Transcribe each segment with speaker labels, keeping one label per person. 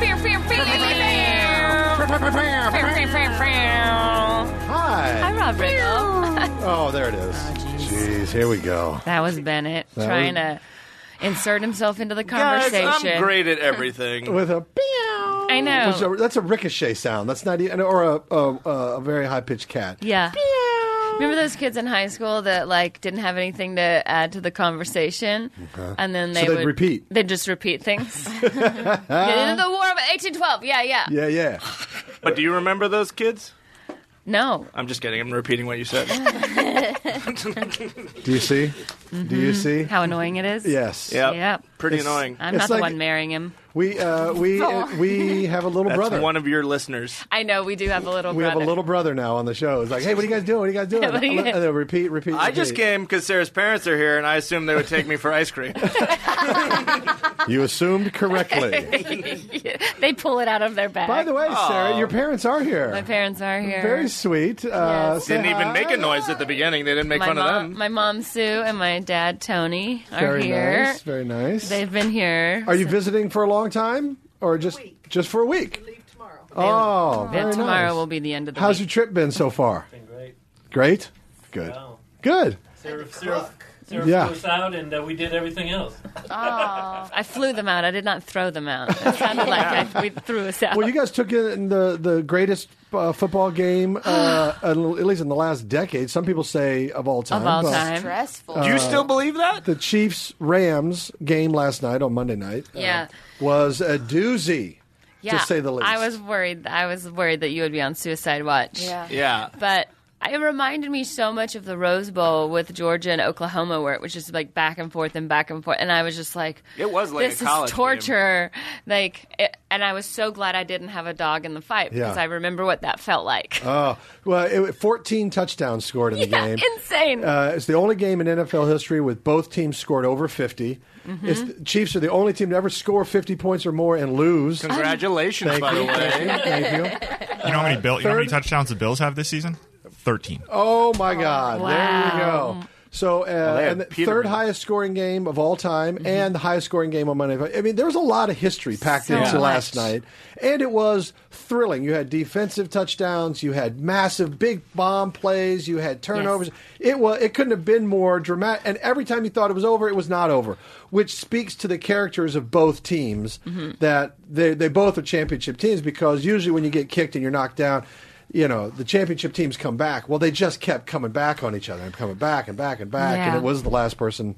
Speaker 1: Fear, fear, fear. Fear, fear.
Speaker 2: Hi.
Speaker 1: I'm Rob Riggle.
Speaker 2: Oh, there it is. Jeez, here we go.
Speaker 1: That was Bennett trying to insert himself into the conversation.
Speaker 3: Guys, I'm great at everything.
Speaker 2: With a meow.
Speaker 1: I know.
Speaker 2: Which is a- that's a ricochet sound. That's not even, or a, a, a, a very high pitched cat.
Speaker 1: Yeah. Remember those kids in high school that like didn't have anything to add to the conversation, and then they
Speaker 2: they'd
Speaker 1: would
Speaker 2: repeat.
Speaker 1: They'd just repeat things. Get into the war of 1812. Yeah, yeah.
Speaker 2: Yeah, yeah.
Speaker 3: But do you remember those kids?
Speaker 1: No,
Speaker 3: I'm just kidding. I'm repeating what you said.
Speaker 2: Do you see? Do you see?
Speaker 1: Mm-hmm. how annoying it is.
Speaker 2: Yes.
Speaker 3: Yeah.
Speaker 1: Yep.
Speaker 3: Pretty
Speaker 2: It's-
Speaker 3: annoying.
Speaker 1: I'm
Speaker 2: It's
Speaker 1: not the
Speaker 2: like-
Speaker 1: one marrying him.
Speaker 2: We uh, we uh, we have a little
Speaker 3: That's
Speaker 2: brother.
Speaker 3: one of your listeners.
Speaker 1: I know we do have a little.
Speaker 2: we
Speaker 1: brother.
Speaker 2: have a little brother now on the show. It's like, hey, what are you guys doing? What are you guys doing?
Speaker 1: what are you-
Speaker 2: And they'll repeat, repeat.
Speaker 3: I just
Speaker 2: repeat.
Speaker 3: came because Sarah's parents are here, and I assumed they would take me for ice cream.
Speaker 2: You assumed correctly.
Speaker 1: They pull it out of their bag.
Speaker 2: By the way, Sarah, your parents are here.
Speaker 1: my parents are here.
Speaker 2: Very sweet. Uh,
Speaker 1: Yes.
Speaker 2: say
Speaker 3: Didn't even
Speaker 2: hi.
Speaker 3: make a noise at the beginning. They didn't make
Speaker 1: my
Speaker 3: fun
Speaker 1: mom,
Speaker 3: of them.
Speaker 1: my mom Sue, and my dad Tony are
Speaker 2: Very
Speaker 1: here.
Speaker 2: nice. Very nice.
Speaker 1: They've been here.
Speaker 2: Are you visiting for a long time, or just just for a week? Oh,
Speaker 1: Yeah,
Speaker 2: very
Speaker 1: tomorrow
Speaker 2: nice.
Speaker 1: will be the end of the
Speaker 2: How's your
Speaker 1: week.
Speaker 2: trip been so far?
Speaker 4: Been great.
Speaker 2: Great. Good.
Speaker 4: Wow.
Speaker 2: Good.
Speaker 4: Oh. Sarah, Sarah, Sarah
Speaker 2: Yeah.
Speaker 4: flew us out, and uh, we did everything else.
Speaker 1: I flew them out. I did not throw them out. It sounded like I, we threw us out.
Speaker 2: Well, you guys took in the the greatest uh, football game, uh, at least in the last decade. Some people say of all time.
Speaker 1: of all
Speaker 2: but
Speaker 1: time.
Speaker 5: stressful.
Speaker 3: do you still believe that?
Speaker 2: The Chiefs Rams game last night on Monday night. uh,
Speaker 1: Yeah.
Speaker 2: was a doozy.
Speaker 1: Yeah,
Speaker 2: to say the least.
Speaker 1: I was worried. I was worried that you would be on suicide watch.
Speaker 5: yeah.
Speaker 3: Yeah.
Speaker 1: but. It reminded me so much of the Rose Bowl with Georgia and Oklahoma, where it was just like back and forth and back and forth, and I was just like,
Speaker 3: It was like
Speaker 1: this
Speaker 3: a college
Speaker 1: is torture. Like, it, and I was so glad I didn't have a dog in the fight because
Speaker 2: Yeah.
Speaker 1: I remember what that felt like.
Speaker 2: Oh, well, it, 14 touchdowns scored in the
Speaker 1: Yeah,
Speaker 2: game.
Speaker 1: insane.
Speaker 2: Uh, it's the only game in NFL history with both teams scored over 50.
Speaker 1: Mm-hmm.
Speaker 2: It's the Chiefs are the only team to ever score 50 points or more and lose.
Speaker 3: Game. Congratulations,
Speaker 2: Thank
Speaker 3: by
Speaker 2: you,
Speaker 3: the way.
Speaker 2: Thank you.
Speaker 6: You know how many Bill, you know how many
Speaker 2: Uh, third-
Speaker 6: touchdowns the Bills have this season? Thirteen.
Speaker 2: Oh, my God. There you
Speaker 1: wow.
Speaker 2: go. So, uh,
Speaker 3: had
Speaker 2: and the
Speaker 3: Peterman.
Speaker 2: third highest scoring game of all time
Speaker 1: Mm-hmm.
Speaker 2: and the highest scoring game on Monday. Night. I mean, there was a lot of history packed
Speaker 1: So
Speaker 2: into
Speaker 1: much.
Speaker 2: last night, and it was thrilling. You had defensive touchdowns, you had massive big bomb plays, you had turnovers. It was it couldn't have been more dramatic. And every time you thought it was over, it was not over, which speaks to the characters of both teams that they they both are championship teams because usually when you get kicked and you're knocked down. You know the championship teams come back. Well, they just kept coming back on each other and coming back and back and back, and
Speaker 1: Yeah.
Speaker 2: it was the last person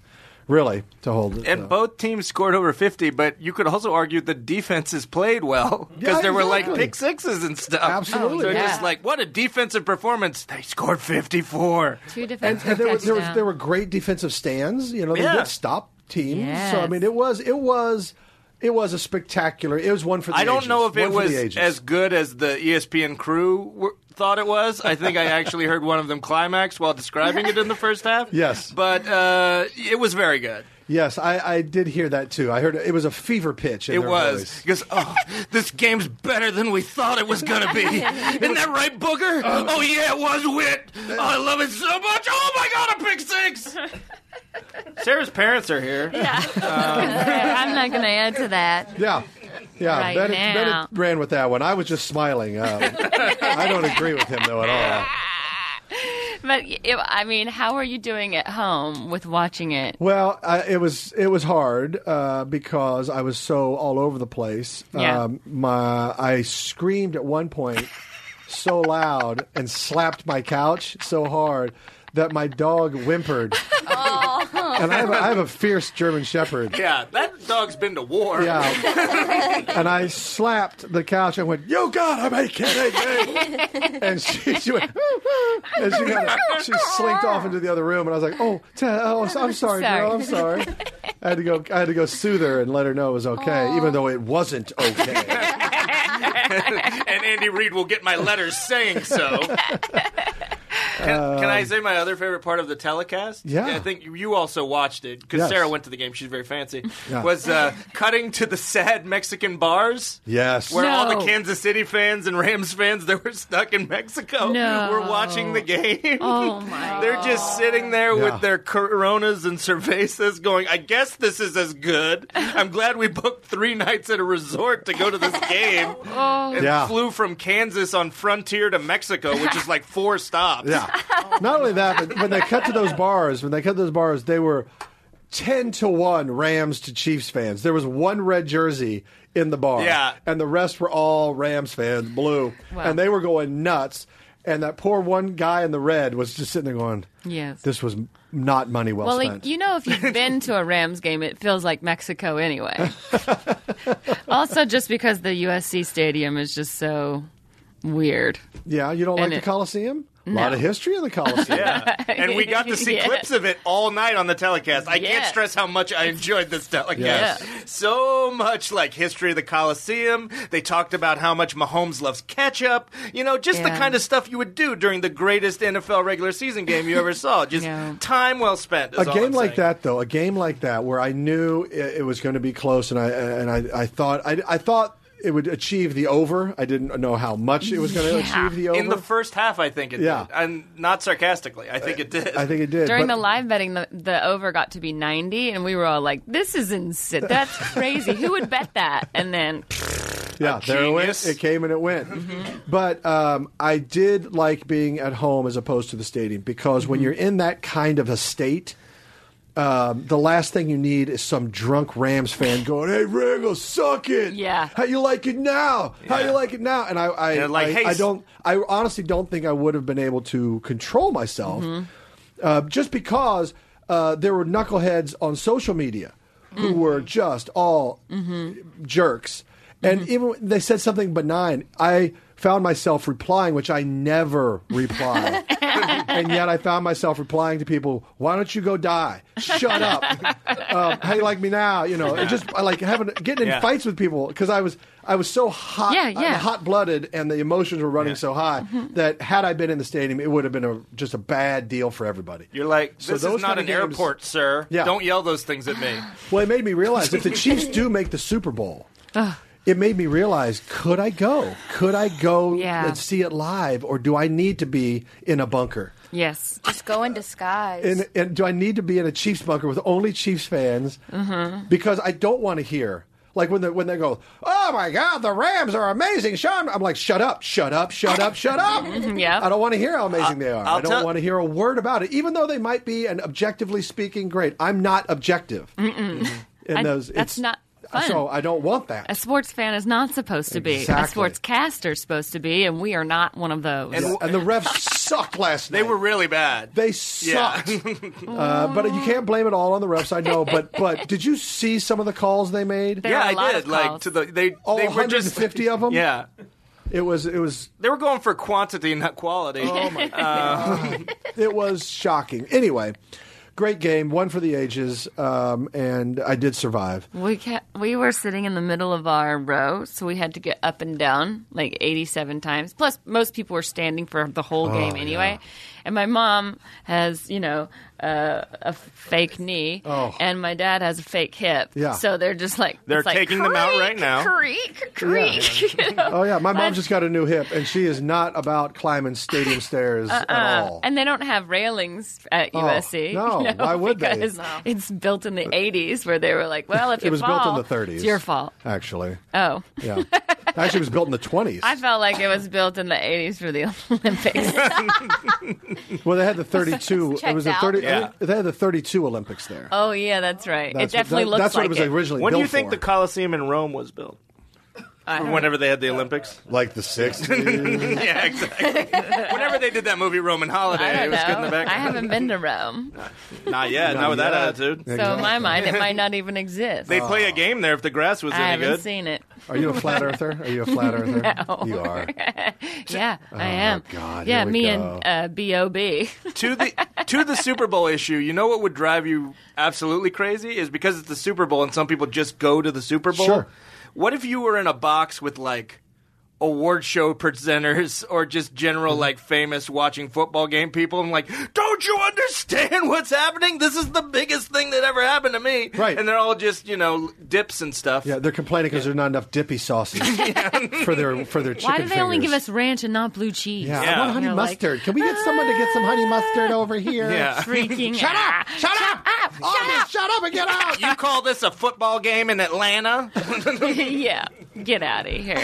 Speaker 2: really to hold it.
Speaker 3: And
Speaker 2: so.
Speaker 3: both teams scored over 50, but you could also argue the defenses played well because
Speaker 2: Yeah,
Speaker 3: there were like
Speaker 2: exactly.
Speaker 3: pick sixes and stuff.
Speaker 2: Absolutely.
Speaker 3: So
Speaker 2: Oh,
Speaker 1: yeah.
Speaker 3: just like, what a defensive performance. They scored 54.
Speaker 1: Two
Speaker 2: and,
Speaker 1: defensive
Speaker 2: and there, were, there, was,
Speaker 1: touchdowns.
Speaker 2: there were great defensive stands. You know, they
Speaker 3: Yeah.
Speaker 2: did stop teams. So I
Speaker 1: Yes.
Speaker 2: mean, it was it was it was a spectacular. It was one for the
Speaker 3: I don't
Speaker 2: ages,
Speaker 3: know if it
Speaker 2: one for the
Speaker 3: was
Speaker 2: ages.
Speaker 3: as good as the E ESPN crew were, thought it was. I think I actually heard one of them climax while describing it in the first half.
Speaker 2: Yes.
Speaker 3: But uh, it was very good.
Speaker 2: Yes, I, I did hear that too. I heard it was a fever pitch. In
Speaker 3: It
Speaker 2: their
Speaker 3: was.
Speaker 2: voice.
Speaker 3: Because, oh, this game's better than we thought it was going to be. Isn't that right, Booger?
Speaker 2: Uh,
Speaker 3: oh, yeah, it was, Wit. Oh, I love it so much. Oh, my God, a pick six. Sarah's parents are here.
Speaker 1: I'm not going to add to that.
Speaker 2: Yeah. Yeah,
Speaker 1: Right
Speaker 2: Bennett,
Speaker 1: now.
Speaker 2: Bennett ran with that one. I was just smiling. Uh, I don't agree with him though at all.
Speaker 1: But it, I mean, how are you doing at home with watching it?
Speaker 2: Well, I, it was it was hard uh, because I was so all over the place. Um,
Speaker 1: Yeah.
Speaker 2: my I screamed at one point so loud and slapped my couch so hard that my dog whimpered. And I have, a, I have a fierce German Shepherd.
Speaker 3: Yeah, that dog's been to war.
Speaker 2: Yeah. and I slapped the couch and went, "You gotta be kidding me!" and she, she went, and she, got, she slinked off into the other room, and I was like, "Oh, t- oh I'm, I'm sorry,
Speaker 1: Sorry.
Speaker 2: girl, I'm sorry." I had to go. I had to go soothe her and let her know it was okay, even though it wasn't okay.
Speaker 3: and Andy Reid will get my letters saying so. Can, can I say my other favorite part of the telecast?
Speaker 2: Um, Yeah.
Speaker 3: I think you- you also watched it because
Speaker 2: Yes.
Speaker 3: Sarah went to the game. She's very fancy.
Speaker 2: Yeah.
Speaker 3: Was uh, cutting to the sad Mexican bars
Speaker 2: yes.
Speaker 3: where all
Speaker 1: No.
Speaker 3: the Kansas City fans and Rams fans that were stuck in Mexico
Speaker 1: No.
Speaker 3: were watching the game.
Speaker 1: Oh my!
Speaker 3: They're just sitting there
Speaker 2: Yeah.
Speaker 3: with their coronas and cervezas going, I guess this is as good. I'm glad we booked three nights at a resort to go to this game.
Speaker 1: Oh,
Speaker 3: And
Speaker 2: Yeah.
Speaker 3: flew from Kansas on Frontier to Mexico, which is like four stops.
Speaker 2: Yeah. Not only that, but when they cut to those bars, when they cut to those bars, they were ten to one Rams to Chiefs fans. There was one red jersey in the bar,
Speaker 3: Yeah.
Speaker 2: and the rest were all Rams fans, blue,
Speaker 1: Wow.
Speaker 2: and they were going nuts. And that poor one guy in the red was just sitting there going,
Speaker 1: Yes.
Speaker 2: "This was m- not money well,
Speaker 1: well,
Speaker 2: spent."
Speaker 1: like you know, if you've been to a Rams game, it feels like Mexico anyway. also, just because the USC stadium is just so weird.
Speaker 2: yeah, you don't like
Speaker 1: and
Speaker 2: the
Speaker 1: it-
Speaker 2: Coliseum. A lot of history in the Coliseum.
Speaker 3: Yeah. And we got to see
Speaker 1: Yeah.
Speaker 3: clips of it all night on the telecast. I can't
Speaker 1: Yeah.
Speaker 3: stress how much I enjoyed this telecast.
Speaker 2: Yes.
Speaker 1: Yeah.
Speaker 3: So much like history of the Coliseum. They talked about how much Mahomes loves ketchup. You know, just the
Speaker 1: Yeah.
Speaker 3: kind of stuff you would do during the greatest NFL regular season game you ever saw. Just
Speaker 1: Yeah.
Speaker 3: time well spent. is
Speaker 2: a
Speaker 3: all
Speaker 2: game
Speaker 3: I'm
Speaker 2: like
Speaker 3: saying.
Speaker 2: that though a game like that where i knew it, it was going to be close and i and i, I thought I, I thought it would achieve the over i didn't know how much it was going to
Speaker 1: Yeah.
Speaker 2: achieve the over
Speaker 3: In the first half, I think it
Speaker 2: Yeah. Uh,
Speaker 3: did. And not sarcastically, I think it did.
Speaker 2: i think it did
Speaker 1: During
Speaker 2: but-
Speaker 1: the live betting, the, the over got to be 90, and we were all like, this is insane. That's crazy. Who would bet that? And then,
Speaker 2: yeah there it went
Speaker 3: genius. Mm-hmm.
Speaker 2: it came and it went but um, i did like being at home as opposed to the stadium because
Speaker 3: Mm-hmm.
Speaker 2: when you're in that kind of a state um, the last thing you need is some drunk Rams fan going, "Hey, Rangel, suck it!
Speaker 1: Yeah.
Speaker 2: how you like it now? How
Speaker 3: Yeah.
Speaker 2: you like it now?" And I, I,
Speaker 3: They're like,
Speaker 2: I,
Speaker 3: "Hey,
Speaker 2: I
Speaker 3: s-
Speaker 2: don't. I honestly don't think I would have been able to control myself,
Speaker 3: Mm-hmm.
Speaker 2: uh, just because uh, there were knuckleheads on social media who
Speaker 3: Mm.
Speaker 2: were just all
Speaker 3: Mm-hmm.
Speaker 2: jerks, and even when they said something benign. I found myself replying, which I never reply, and yet I found myself replying to people. Why don't you go die? Shut up. um, how you like me now? You know, it just I like having getting in
Speaker 3: Yeah.
Speaker 2: fights with people because I was I was so hot,
Speaker 1: Yeah, yeah.
Speaker 2: hot blooded, and the emotions were running
Speaker 3: Yeah.
Speaker 2: so high that had I been in the stadium, it would have been a, just a bad deal for everybody.
Speaker 3: You're like,
Speaker 2: So
Speaker 3: this
Speaker 2: those
Speaker 3: is not
Speaker 2: kinda
Speaker 3: an
Speaker 2: games-
Speaker 3: airport, sir.
Speaker 2: Yeah.
Speaker 3: Don't yell those things at me.
Speaker 2: Well, it made me realize if the Chiefs do make the Super Bowl, it made me realize could I go? Could I go
Speaker 1: Yeah.
Speaker 2: and see it live, or do I need to be in a bunker?
Speaker 1: yes.
Speaker 5: Just go in disguise.
Speaker 2: And, and do I need to be in a Chiefs bunker with only Chiefs fans? Because I don't want to hear. Like when they, when they go, oh my God, the Rams are amazing, Sean. I'm like, shut up, shut up, shut up, shut up.
Speaker 1: Yeah.
Speaker 2: I don't want to hear how amazing they are.
Speaker 3: I'll
Speaker 2: I do not
Speaker 3: tell-
Speaker 2: want to hear a word about it, even though they might be, and objectively speaking, great. I'm not objective. Mm-hmm. In
Speaker 1: I-
Speaker 2: those,
Speaker 1: that's
Speaker 2: it's-
Speaker 1: not fun.
Speaker 2: So I don't want that.
Speaker 1: A sports fan is not supposed to be. A
Speaker 2: Exactly.
Speaker 1: sports caster is supposed to be, and we are not one of those.
Speaker 3: And-
Speaker 2: and the refs sucked last night.
Speaker 3: They were really bad.
Speaker 2: They
Speaker 3: Yeah.
Speaker 2: sucked. uh, but you can't blame it all on the refs. I know. But but did you see some of the calls they made?
Speaker 1: There
Speaker 3: yeah,
Speaker 1: were a
Speaker 3: I
Speaker 1: lot
Speaker 3: did.
Speaker 1: of
Speaker 3: Like
Speaker 1: calls.
Speaker 3: to the they
Speaker 2: All
Speaker 3: they were just
Speaker 2: 150 of them.
Speaker 3: Yeah,
Speaker 2: It was it was
Speaker 3: they were going for quantity, not quality. Oh my
Speaker 2: it was shocking. Anyway, great game, one for the ages, um, and I did survive.
Speaker 1: We ca we were sitting in the middle of our row, so we had to get up and down like 87 times. Plus, most people were standing for the
Speaker 2: Oh,
Speaker 1: whole game anyway. And my mom has, you know, uh, a fake knee,
Speaker 2: Oh.
Speaker 1: and my dad has a fake hip.
Speaker 2: Yeah.
Speaker 1: So they're just like
Speaker 3: They're
Speaker 1: it's like,
Speaker 3: taking them out right
Speaker 1: "Creak,
Speaker 3: now."
Speaker 1: Creak, creak. you know?
Speaker 2: Oh yeah, my mom just got a new hip, and she is not about climbing stadium stairs at all.
Speaker 1: Uh-uh. Uh, And they don't have railings at USC.
Speaker 2: Oh, no.
Speaker 1: you know,
Speaker 2: Why would they?
Speaker 1: because It's built in the 80s, where they were like, "Well, if you
Speaker 2: it was
Speaker 1: fall,
Speaker 2: built in the 30s.
Speaker 1: it's your fault."
Speaker 2: actually.
Speaker 1: Oh.
Speaker 2: Yeah, actually, it was built in the 20s.
Speaker 1: I felt like it was built in the 80s for the Olympics.
Speaker 2: well, they had the 32. it was the
Speaker 5: Checked
Speaker 2: 30.
Speaker 5: out.
Speaker 3: Yeah.
Speaker 2: They had the 32 Olympics there.
Speaker 1: oh, yeah, that's right.
Speaker 2: That's
Speaker 1: it definitely
Speaker 2: what, that-
Speaker 1: looks
Speaker 2: That's
Speaker 1: like
Speaker 2: what it was
Speaker 1: it.
Speaker 2: originally
Speaker 3: when do
Speaker 2: built
Speaker 3: you think
Speaker 2: for.
Speaker 3: the Colosseum in Rome was built?
Speaker 1: I don't
Speaker 3: Whenever they had the Olympics.
Speaker 5: Like the 60s.
Speaker 3: yeah, exactly. Whenever they did that movie Roman
Speaker 1: I
Speaker 3: Holiday,
Speaker 1: don't
Speaker 3: it was
Speaker 1: know.
Speaker 3: good in the back.
Speaker 1: I haven't been to Rome,
Speaker 3: Not yet. Not, with that attitude.
Speaker 1: so in my mind, it might not even exist.
Speaker 3: They play a game there if the grass was
Speaker 1: I
Speaker 3: any
Speaker 1: haven't
Speaker 3: good.
Speaker 1: seen it.
Speaker 2: Are you a flat earther? Are you a flat earther?
Speaker 1: No.
Speaker 5: you are.
Speaker 1: Yeah, I am.
Speaker 5: God,
Speaker 1: yeah,
Speaker 5: here we
Speaker 1: me
Speaker 5: go.
Speaker 1: and uh, B.O.B.
Speaker 3: to the to the Super Bowl issue, you know what would drive you absolutely crazy is because it's the Super Bowl and some people just go to the Super Bowl.
Speaker 2: Sure.
Speaker 3: What if you were in a box with like award show presenters or just
Speaker 2: Mm-hmm.
Speaker 3: general like famous watching football game people and like, don't you understand what's happening? This is the biggest thing that ever happened to me.
Speaker 2: Right.
Speaker 3: And they're all just you know dips and stuff.
Speaker 2: Yeah, they're complaining because there's not enough dippy sauces for their for their chicken
Speaker 1: Why do they only give
Speaker 2: fingers.
Speaker 1: us ranch and not blue cheese?
Speaker 2: Yeah, I
Speaker 3: Yeah.
Speaker 2: want honey
Speaker 1: You're like, "Ah."
Speaker 2: mustard. Can we get someone to get some honey mustard over here?
Speaker 3: Yeah.
Speaker 1: Freaking
Speaker 2: Shut up!
Speaker 1: out.
Speaker 2: Shut up!
Speaker 1: up! Shut
Speaker 2: Armin,
Speaker 1: up!
Speaker 2: Shut up and get out!
Speaker 3: You call this a football game in Atlanta?
Speaker 1: yeah, get out of here.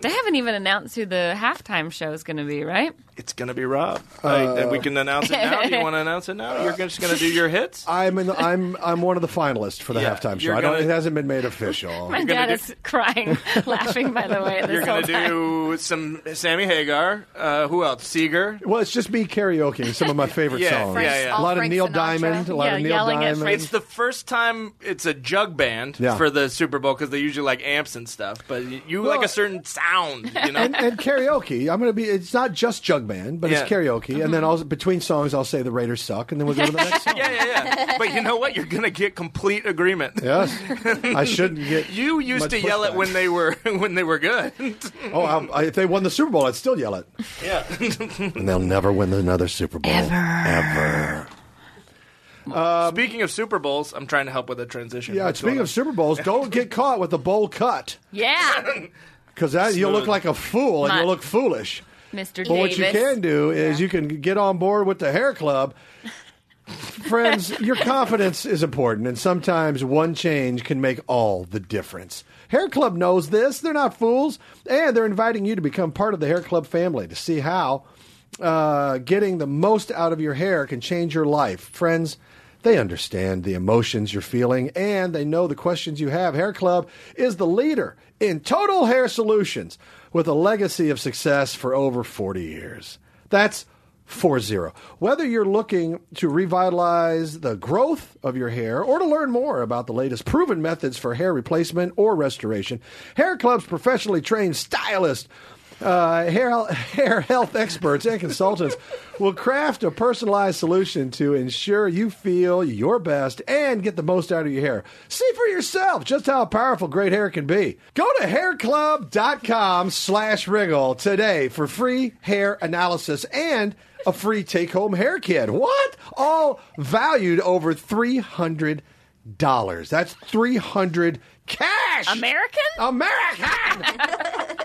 Speaker 1: they haven't even announced who the halftime show is going to be, right?
Speaker 3: It's gonna be Rob.
Speaker 2: Uh,
Speaker 3: I- we can announce it now. Do you want to announce it now? You're just gonna do your hits.
Speaker 2: I'm in the, I'm I'm one of the finalists for the
Speaker 3: Yeah,
Speaker 2: halftime show.
Speaker 3: you're
Speaker 2: I don't.
Speaker 3: gonna-
Speaker 2: It hasn't been made official.
Speaker 1: My
Speaker 3: gonna
Speaker 1: dad
Speaker 3: do-
Speaker 1: is crying, laughing. By the way, this
Speaker 3: You're
Speaker 1: whole
Speaker 3: gonna
Speaker 1: time.
Speaker 3: do some Sammy Hagar. Uh, who else? Seeger.
Speaker 2: Well, it's just me karaokeing some of my favorite
Speaker 3: Yeah,
Speaker 2: songs.
Speaker 3: yeah, yeah.
Speaker 2: A lot of
Speaker 7: Frank
Speaker 2: Neil
Speaker 7: Sinatra.
Speaker 2: Diamond. A lot
Speaker 1: Yeah,
Speaker 2: of Neil
Speaker 1: yelling at
Speaker 2: Diamond.
Speaker 1: Frank
Speaker 3: It's the first time it's a jug band
Speaker 2: Yeah.
Speaker 3: for the Super Bowl because they usually like amps and stuff. But y- you
Speaker 2: Well-
Speaker 3: like a certain sound, you know.
Speaker 2: and, and karaoke. I'm going to be. It's not just jug band, but it's
Speaker 3: Yeah.
Speaker 2: karaoke. And then I'll, between songs, I'll say the Raiders suck, and then we'll go to the next song.
Speaker 3: yeah, yeah, yeah. But you know what? You're gonna get complete agreement.
Speaker 2: Yes, I shouldn't get.
Speaker 3: You used
Speaker 2: Much
Speaker 3: to yell it
Speaker 2: pushback.
Speaker 3: when they were when they were good.
Speaker 2: Oh, I, I, if they won the Super Bowl, I'd still yell it.
Speaker 3: Yeah.
Speaker 2: And they'll never win another Super Bowl ever.
Speaker 3: speaking of Super Bowls, I'm trying to help with the transition.
Speaker 2: Yeah.
Speaker 3: What's
Speaker 2: Speaking
Speaker 3: going
Speaker 2: of Super Bowls, don't get caught with a bowl cut
Speaker 1: Yeah,
Speaker 2: because you'll look like a fool and
Speaker 1: Not-
Speaker 2: you'll look foolish.
Speaker 1: Mr.
Speaker 2: But
Speaker 1: Davis.
Speaker 2: what you can do is you can get on board with the hair club. Friends, your confidence is important, and sometimes one change can make all the difference. Hair Club knows this. They're not fools, and they're inviting you to become part of the Hair Club family to see how uh, getting the most out of your hair can change your life. Friends, they understand the emotions you're feeling and they know the questions you have. Hair Club is the leader in total hair solutions with a legacy of success for over 40 years. That's 4-0. Whether you're looking to revitalize the growth of your hair or to learn more about the latest proven methods for hair replacement or restoration, Hair Club's professionally trained stylist uh, hair, hair health experts and consultants will craft a personalized solution to ensure you feel your best and get the most out of your hair. See for yourself just how powerful great hair can be. Go to hairclub.com slash wriggle today for free hair analysis and a free take-home hair kit. What? All valued over $300. That's 300 cash.
Speaker 1: American?
Speaker 2: Oh. American!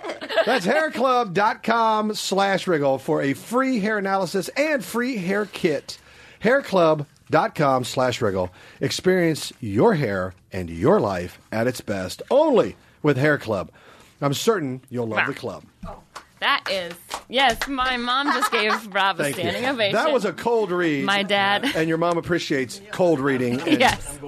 Speaker 2: That's hairclub.com slash wriggle for a free hair analysis and free hair kit. Hairclub.com slash wriggle. Experience your hair and your life at its best only with Hair Club. I'm certain you'll love the club.
Speaker 1: That is yes. My mom just gave Rob a
Speaker 2: Thank you.
Speaker 1: standing ovation.
Speaker 2: That was a cold read.
Speaker 1: my dad.
Speaker 2: and your mom appreciates cold reading. and-
Speaker 1: Yes,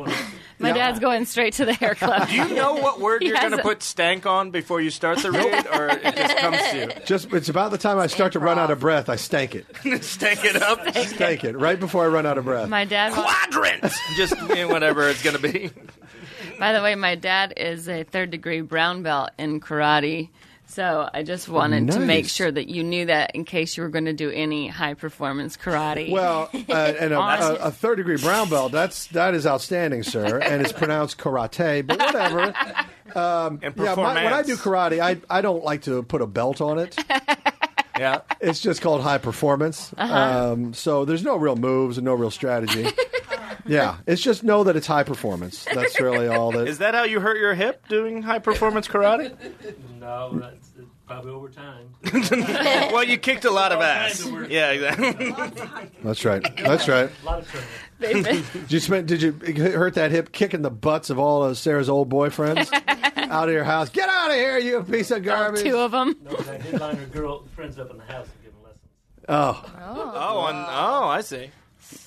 Speaker 1: my dad's going straight to the hair club.
Speaker 3: on? Do you know what word you're
Speaker 1: Yes.
Speaker 3: going to put stank on before you start the read, or it just comes to you?
Speaker 2: Just it's about the time I start to run out of breath, I stank it.
Speaker 3: Stank it up.
Speaker 2: Stank it right before I run out of breath.
Speaker 1: my dad.
Speaker 3: quadrant. Just you know, whatever it's going to be.
Speaker 1: By the way, my dad is a third degree brown belt in karate. So I just wanted to make
Speaker 2: Nice.
Speaker 1: sure that you knew that in case you were going to do any high performance karate.
Speaker 2: Well, uh, and a, a,
Speaker 1: Honest.
Speaker 2: a third degree brown belt, that's, that is outstanding, sir. And it's pronounced karate, but whatever.
Speaker 3: And
Speaker 2: Yeah,
Speaker 3: performance.
Speaker 2: my, when I do karate, I, I don't like to put a belt on it.
Speaker 3: yeah.
Speaker 2: It's just called high performance.
Speaker 1: Uh-huh.
Speaker 2: Um, so there's no real moves and no real strategy. yeah, it's just know that it's high performance. That's really all that.
Speaker 3: Is that how you hurt your hip doing high performance karate?
Speaker 4: No, that's it's probably over time.
Speaker 3: well, you kicked a lot of ass.
Speaker 4: kinds of work.
Speaker 3: Yeah, exactly.
Speaker 2: That's right. That's right.
Speaker 4: A lot of training.
Speaker 1: They've been-
Speaker 2: Did you, spend, did you hurt that hip kicking the butts of all of Sarah's old boyfriends out of your house? Get out of here, you piece of garbage.
Speaker 1: two of them.
Speaker 4: No, but I did line her girl friends up in the house and give them lessons.
Speaker 3: Oh, and, oh, I see.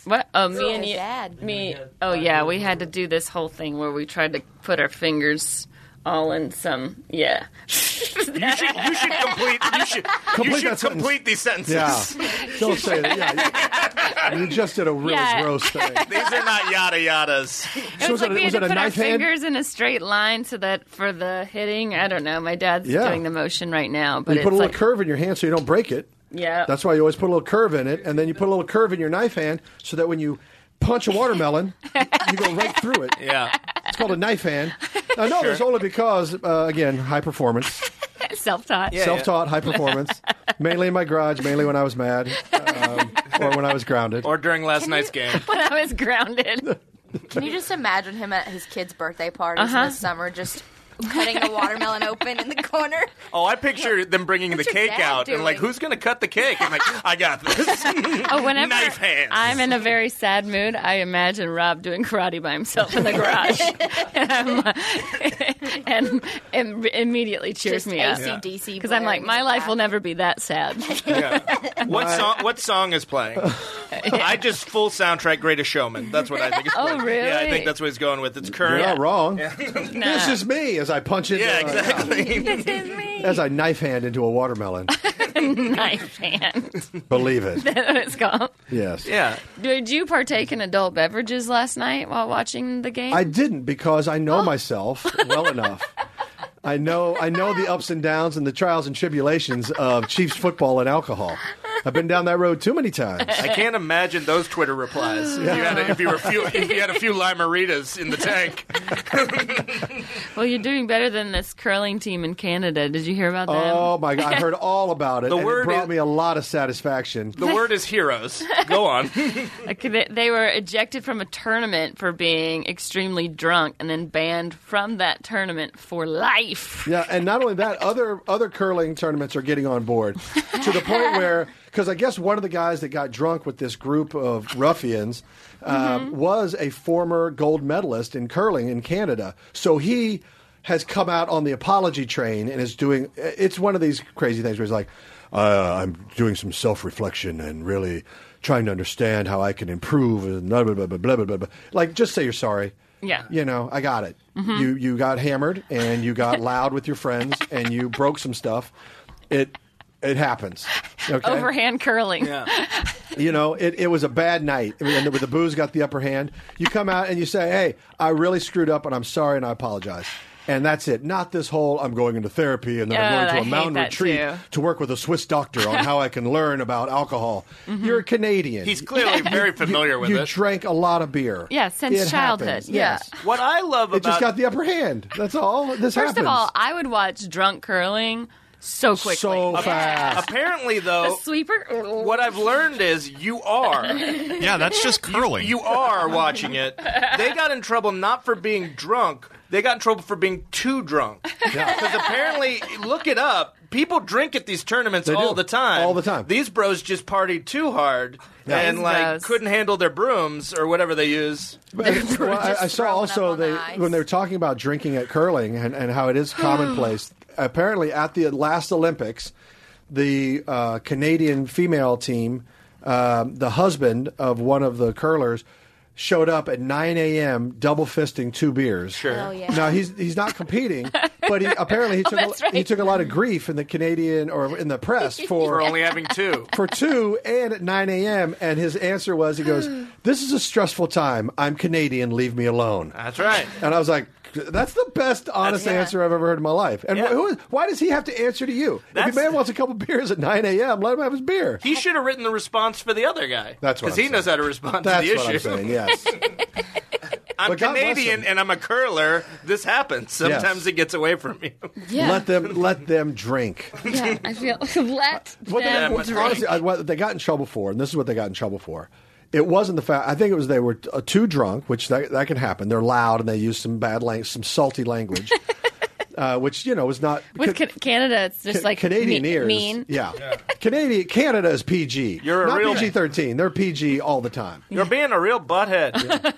Speaker 1: What? Oh, me and you.
Speaker 7: Dad.
Speaker 1: Me. Oh yeah, we had to do this whole thing where we tried to put our fingers all in some yeah.
Speaker 3: You should, you should complete. You should,
Speaker 2: Complete
Speaker 3: you should
Speaker 2: that sentence.
Speaker 3: complete these sentences.
Speaker 2: Yeah. Don't say that. Yeah. You just did a real
Speaker 1: Yeah.
Speaker 2: roast thing.
Speaker 3: These are not yada yadas.
Speaker 1: It was,
Speaker 2: was that
Speaker 1: like
Speaker 2: a-
Speaker 1: we
Speaker 2: was
Speaker 1: had
Speaker 2: that
Speaker 1: to
Speaker 2: a
Speaker 1: put our
Speaker 2: knife hand?
Speaker 1: fingers in a straight line so that for the hitting, I don't know. My dad's
Speaker 2: Yeah.
Speaker 1: doing the motion right now, but
Speaker 2: You
Speaker 1: it's
Speaker 2: put a little
Speaker 1: like,
Speaker 2: curve in your hand so you don't break it.
Speaker 1: yeah,
Speaker 2: That's why you always put a little curve in it, and then you put a little curve in your knife hand so that when you punch a watermelon, you go right through it.
Speaker 3: Yeah.
Speaker 2: It's called a knife hand. I know this only because, uh, again, high performance,
Speaker 1: self-taught.
Speaker 3: Yeah.
Speaker 2: self-taught high performance, mainly in my garage, mainly when I was mad um, or when I was grounded.
Speaker 3: Or during last night's game.
Speaker 1: When I was grounded,
Speaker 5: Can you just imagine him at his kids' birthday parties
Speaker 1: Uh-huh.
Speaker 5: in the summer, just cutting the watermelon open in the corner?
Speaker 3: Oh, I picture them bringing
Speaker 5: What's
Speaker 3: the
Speaker 5: your
Speaker 3: cake
Speaker 5: dad
Speaker 3: out and like,
Speaker 5: doing?
Speaker 3: who's gonna cut the cake? I'm like, I got this.
Speaker 1: oh, whenever
Speaker 3: Knife hands.
Speaker 1: I'm in a very sad mood, I imagine Rob doing karate by himself in the garage, and, I'm, uh, and, and immediately cheers
Speaker 5: Just
Speaker 1: me up
Speaker 5: ACDC.
Speaker 1: because I'm like,
Speaker 5: blaring
Speaker 1: my
Speaker 5: in the
Speaker 1: life will
Speaker 5: back.
Speaker 1: never be that sad.
Speaker 3: Yeah. What song? What song is playing? I just full soundtrack Greatest Showman. That's what I think. It's
Speaker 1: Oh,
Speaker 3: playing. Yeah, I
Speaker 1: really?
Speaker 3: think that's what he's going with. It's
Speaker 2: You're
Speaker 3: current.
Speaker 2: not wrong.
Speaker 1: Nah.
Speaker 2: This is me as I punch it. uh,
Speaker 3: Yeah, exactly.
Speaker 2: As I knife hand into a watermelon.
Speaker 1: knife hand.
Speaker 2: Believe it.
Speaker 1: it's called.
Speaker 2: Yes.
Speaker 3: yeah.
Speaker 1: Did you partake in adult beverages last night while watching the game?
Speaker 2: I didn't because I know myself well enough. I know I know the ups and downs and the trials and tribulations of Chiefs football and alcohol. I've been down that road too many times.
Speaker 3: I can't imagine those Twitter replies. If you had a, if you were few, if you had a few limaritas in the tank.
Speaker 1: well, you're doing better than this curling team in Canada. Did you hear about them?
Speaker 2: Oh my god, I heard all about it.
Speaker 3: The
Speaker 2: and
Speaker 3: word
Speaker 2: it brought
Speaker 3: is-
Speaker 2: me a lot of satisfaction.
Speaker 3: The word is heroes. Go on.
Speaker 1: Like, Uh, they, they were ejected from a tournament for being extremely drunk and then banned from that tournament for life.
Speaker 2: Yeah, and not only that, other other curling tournaments are getting on board to the point where because I guess one of the guys that got drunk with this group of ruffians um, was a former gold medalist in curling in Canada, so he has come out on the apology train and is doing. It's one of these crazy things where he's like, uh, "I'm doing some self reflection and really." Trying to understand how I can improve and blah blah blah blah blah blah. blah. Like, just say you're sorry
Speaker 1: Yeah.
Speaker 2: you know, I got it. You you got hammered and you got loud with your friends and you broke some stuff. It it happens. Okay.
Speaker 1: Overhand curling.
Speaker 2: You know, it, it was a bad night and the, the booze got the upper hand. You come out and you say, "Hey, I really screwed up and I'm sorry and I apologize." And that's it. Not this whole I'm going into therapy and then I'm
Speaker 1: Yeah, Oh, I
Speaker 2: going to
Speaker 1: hate
Speaker 2: a mountain
Speaker 1: that
Speaker 2: retreat
Speaker 1: too.
Speaker 2: to work with a Swiss doctor on how I can learn about alcohol.
Speaker 1: Mm-hmm.
Speaker 2: You're a Canadian.
Speaker 3: He's clearly very familiar with
Speaker 2: you
Speaker 3: it.
Speaker 2: drank a lot of beer.
Speaker 1: Yeah, since
Speaker 2: It
Speaker 1: childhood.
Speaker 2: happens,
Speaker 1: Yeah.
Speaker 2: Yes.
Speaker 3: what I love
Speaker 2: It just
Speaker 3: about
Speaker 2: got the upper hand. That's all. This
Speaker 1: First
Speaker 2: happens.
Speaker 1: of all, I would watch drunk curling so quickly.
Speaker 2: so fast.
Speaker 3: apparently
Speaker 1: the
Speaker 3: though.
Speaker 1: sweeper.
Speaker 3: Oh. What I've learned is you are
Speaker 6: Yeah, that's just curling.
Speaker 3: you are watching it. They got in trouble not for being drunk. They got in trouble for being too drunk. Because apparently, look it up. People drink at these tournaments
Speaker 2: They
Speaker 3: all
Speaker 2: do.
Speaker 3: the time.
Speaker 2: All the time.
Speaker 3: These bros just partied too hard
Speaker 2: Yeah.
Speaker 3: and
Speaker 1: These
Speaker 3: like
Speaker 1: bros.
Speaker 3: couldn't handle their brooms or whatever they use.
Speaker 2: But- well, I, I saw
Speaker 5: throwing up
Speaker 2: also
Speaker 5: on
Speaker 2: they
Speaker 5: the ice.
Speaker 2: when they were talking about drinking at curling and, and how it is commonplace. apparently, at the last Olympics, the uh, Canadian female team, um, the husband of one of the curlers, showed up at 9 a.m. double fisting two beers.
Speaker 3: Sure.
Speaker 5: Oh yeah.
Speaker 2: Now he's he's not competing, but he apparently he took
Speaker 1: Oh, that's
Speaker 2: a, he
Speaker 1: right.
Speaker 2: took a lot of grief in the Canadian or in the press
Speaker 3: For only having two.
Speaker 2: for two and at 9 a.m. And his answer was, he goes, This is a stressful time. I'm Canadian. Leave me alone.
Speaker 3: That's right.
Speaker 2: And I was like, That's the best, honest
Speaker 3: That's-
Speaker 2: answer I've ever heard in my life. And
Speaker 3: Yeah.
Speaker 2: wh- who, why does he have to answer to you?
Speaker 3: That's-
Speaker 2: if a man wants a couple beers at 9 a.m., let him have his beer.
Speaker 3: He should have written the response for the other guy.
Speaker 2: That's what
Speaker 3: because
Speaker 2: I'm
Speaker 3: he knows how
Speaker 2: saying.
Speaker 3: to respond
Speaker 2: That's
Speaker 3: to the
Speaker 2: what I'm
Speaker 3: issue.
Speaker 2: saying, yes.
Speaker 3: I'm
Speaker 2: But God bless
Speaker 3: Canadian
Speaker 2: him.
Speaker 3: and I'm a curler. This happens.
Speaker 2: Yes.
Speaker 3: Sometimes it gets away from you.
Speaker 1: Yeah.
Speaker 2: Let them let them drink.
Speaker 1: yeah, I feel let
Speaker 2: What they,
Speaker 1: them
Speaker 2: what-
Speaker 1: drink.
Speaker 2: honestly, I, what they got in trouble for, and this is what they got in trouble for. It wasn't the fact. I think it was they were uh, too drunk, which that, that can happen. They're loud and they use some bad, lang- some salty language, uh, which you know is not
Speaker 1: With
Speaker 2: Ca-
Speaker 1: Ca- Canada, it's just
Speaker 2: Ca-
Speaker 1: like
Speaker 2: Canadian
Speaker 1: me-
Speaker 2: ears.
Speaker 1: mean.
Speaker 2: Yeah. Canadian Canada is PG.
Speaker 3: You're a
Speaker 2: not
Speaker 3: real-
Speaker 2: PG thirteen. They're PG all the time.
Speaker 3: You're being a real butthead.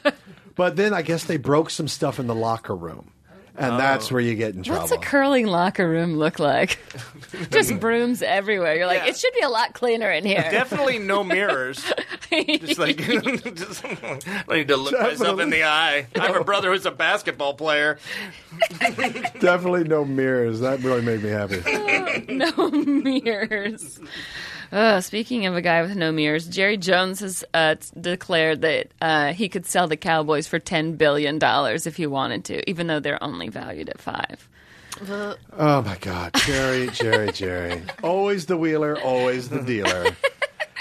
Speaker 2: But then I guess they broke some stuff in the locker room. and
Speaker 3: Oh.
Speaker 2: that's where you get in trouble.
Speaker 1: What's a curling locker room look like? Just brooms everywhere. You're like,
Speaker 3: Yeah.
Speaker 1: it should be a lot cleaner in here.
Speaker 3: Definitely no mirrors. Just like, just, I need to look myself in the eye. I have a brother who's a basketball player.
Speaker 2: Definitely no mirrors. That really made me happy.
Speaker 1: no mirrors. Uh, speaking of a guy with no mirrors, Jerry Jones has uh, t- declared that uh, he could sell the Cowboys for ten billion dollars if he wanted to, even though they're only valued at five.
Speaker 2: Oh my God, Jerry, Jerry, Jerry. Always the wheeler, always the dealer.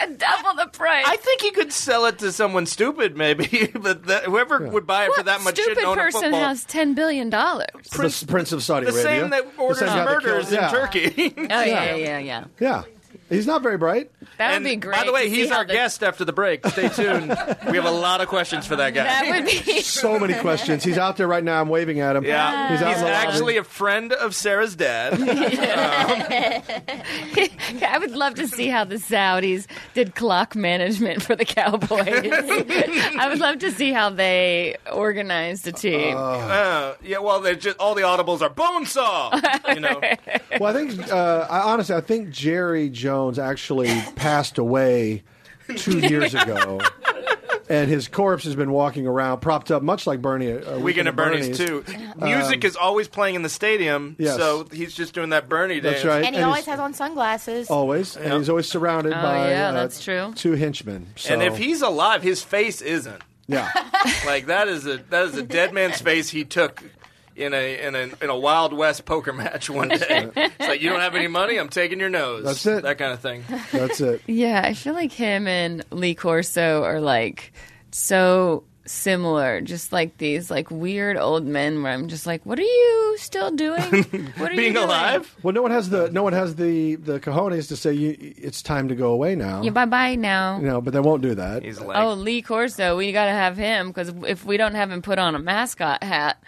Speaker 1: Double the price.
Speaker 3: I think he could sell it to someone stupid, maybe, but that, whoever would buy it for
Speaker 1: what
Speaker 3: that much
Speaker 1: stupid
Speaker 3: shouldn't own a
Speaker 1: person
Speaker 3: football.
Speaker 1: has ten billion dollars?
Speaker 2: The s- Prince of Saudi
Speaker 3: the
Speaker 2: Arabia.
Speaker 3: same that
Speaker 2: The
Speaker 3: orders
Speaker 2: same guy that
Speaker 3: murders
Speaker 2: killed-
Speaker 3: in
Speaker 2: yeah.
Speaker 3: Turkey.
Speaker 1: Oh yeah, yeah, yeah.
Speaker 2: Yeah, he's not very bright.
Speaker 1: That
Speaker 3: And
Speaker 1: would be great.
Speaker 3: By the way,
Speaker 1: to see
Speaker 3: he's
Speaker 1: how
Speaker 3: our
Speaker 1: the-
Speaker 3: guest after the break. Stay tuned. we have a lot of questions for that guy.
Speaker 1: That would be.
Speaker 2: So many questions. He's out there right now. I'm waving at him.
Speaker 3: yeah,
Speaker 2: he's
Speaker 3: he's,
Speaker 2: out in the lobby.
Speaker 3: actually a friend of Sarah's dad.
Speaker 1: I would love to see how the Saudis did clock management for the Cowboys. I would love to see how they organized a team.
Speaker 3: Uh, yeah, well, they're just all the audibles are bone saw. You know,
Speaker 2: Well, I think uh, I, honestly, I think Jerry Jones actually passed away two years ago, and his corpse has been walking around, propped up, much like Bernie. Uh,
Speaker 3: Weekend
Speaker 2: of
Speaker 3: at Bernie's too. Music is always playing in the stadium,
Speaker 2: Um, Yes.
Speaker 3: so he's just doing that Bernie dance.
Speaker 2: That's right.
Speaker 5: And he always
Speaker 2: he's-
Speaker 5: has Oh, on sunglasses.
Speaker 2: always, and he's always surrounded by
Speaker 1: yeah,
Speaker 2: uh,
Speaker 1: that's true.
Speaker 2: two henchmen. So,
Speaker 3: And if he's alive, his face isn't.
Speaker 2: yeah,
Speaker 3: Like that is a that is a dead man's face he took in a in a in a Wild West poker match one day. It's like you don't have any money, I'm taking your nose.
Speaker 2: That's it.
Speaker 3: That kind of thing.
Speaker 2: that's it.
Speaker 1: Yeah, I feel like him and Lee Corso are like so similar, just like these like weird old men where I'm just like, what are you still doing? What are you
Speaker 3: Being
Speaker 1: doing?
Speaker 3: alive,
Speaker 2: Well, no one has the no one has the the cojones to say you, it's time to go away now.
Speaker 1: Yeah, bye bye now.
Speaker 2: you know, but they won't do that.
Speaker 3: he's like,
Speaker 1: Oh, Lee Corso, we got to have him because if we don't have him put on a mascot hat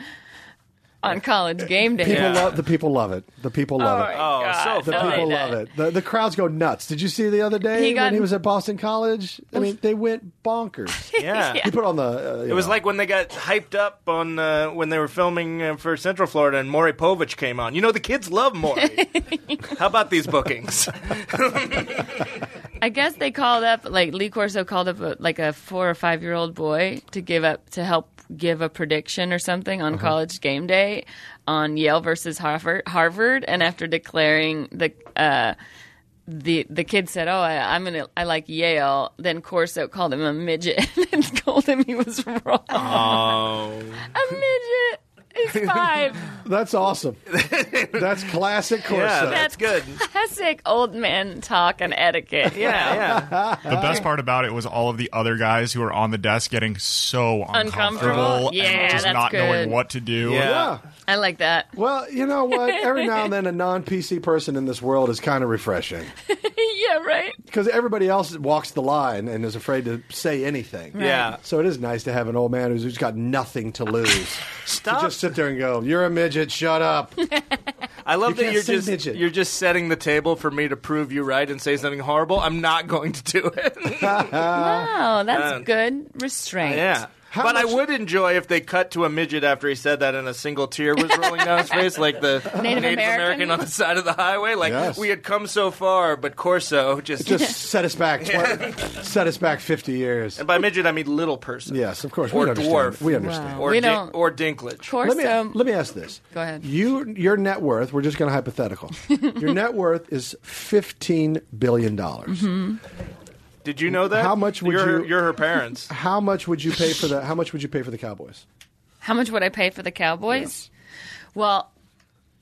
Speaker 1: on college game day,
Speaker 2: People
Speaker 3: Yeah.
Speaker 2: love the people love it. The people love it.
Speaker 3: oh, so
Speaker 2: The
Speaker 3: fun.
Speaker 2: people
Speaker 1: they
Speaker 2: love
Speaker 1: don't.
Speaker 2: it. The, the crowds go nuts. Did you see the other day
Speaker 1: He
Speaker 2: when
Speaker 1: got-
Speaker 2: he was at Boston College? I mean, they went bonkers.
Speaker 3: yeah.
Speaker 2: He put on the. Uh,
Speaker 3: It was like when they got hyped up on uh, when they were filming uh, for Central Florida and Maury Povich came on. You know the kids love Maury. How about these bookings?
Speaker 1: I guess they called up like Lee Corso called up a, like a four or five year old boy to give up to help give a prediction or something
Speaker 3: Uh-huh.
Speaker 1: on college game day on Yale versus Harvard. Harvard, and after declaring the. Uh, the the kid said, "Oh, I, I'm gonna I like Yale." Then Corso called him a midget and told him he was wrong.
Speaker 2: Um,
Speaker 3: Oh,
Speaker 1: A midget is five.
Speaker 2: That's awesome. That's classic Corso.
Speaker 3: yeah, that's good.
Speaker 1: Classic old man talk and etiquette.
Speaker 3: Yeah, yeah.
Speaker 6: The best part about it was all of the other guys who were on the desk getting so
Speaker 1: Uncomfortable?
Speaker 6: uncomfortable,
Speaker 1: Yeah,
Speaker 6: and just
Speaker 1: that's
Speaker 6: not
Speaker 1: good.
Speaker 6: knowing what to do.
Speaker 3: Yeah.
Speaker 2: Yeah.
Speaker 1: I like that.
Speaker 2: Well, you know what? Every now and then, a non PC person in this world is kind of refreshing
Speaker 1: yeah, right.
Speaker 2: because everybody else walks the line and is afraid to say anything.
Speaker 3: Yeah.
Speaker 2: So it is nice to have an old man who's, who's got nothing to lose. to
Speaker 3: Stop.
Speaker 2: just sit there and go, "You're a midget. Shut up."
Speaker 3: I love
Speaker 2: You
Speaker 3: that
Speaker 2: can't
Speaker 3: you're
Speaker 2: say
Speaker 3: just
Speaker 2: midget.
Speaker 3: you're just setting the table for me to prove you right and say something horrible. I'm not going to do it.
Speaker 1: Wow, that's
Speaker 3: Uh,
Speaker 1: good restraint.
Speaker 3: yeah.
Speaker 2: How
Speaker 3: but I
Speaker 2: much-
Speaker 3: would enjoy if they cut to a midget after he said that and a single tear was rolling down his face, like the Native,
Speaker 1: American.
Speaker 3: on the side of the highway. Like,
Speaker 2: Yes.
Speaker 3: we had come so far, but Corso just.
Speaker 2: just set us back. Tw- set us back fifty years.
Speaker 3: and by midget, I mean little person.
Speaker 2: Yes, of course.
Speaker 3: Or
Speaker 2: we understand.
Speaker 3: dwarf.
Speaker 2: We understand.
Speaker 1: Wow.
Speaker 3: Or,
Speaker 1: We
Speaker 3: Din-
Speaker 1: don't-
Speaker 3: or Dinklage.
Speaker 1: Corso.
Speaker 2: Let me let me ask this.
Speaker 1: Go ahead.
Speaker 2: You your net worth. We're just going to hypothetical. your net worth is fifteen billion dollars.
Speaker 1: Mm-hmm.
Speaker 3: Did you know that?
Speaker 2: How much would
Speaker 3: you're, her-
Speaker 2: you-
Speaker 3: You're her parents.
Speaker 2: How much would you pay for the? How much would you pay for the Cowboys?
Speaker 1: How much would I pay for the Cowboys? Well,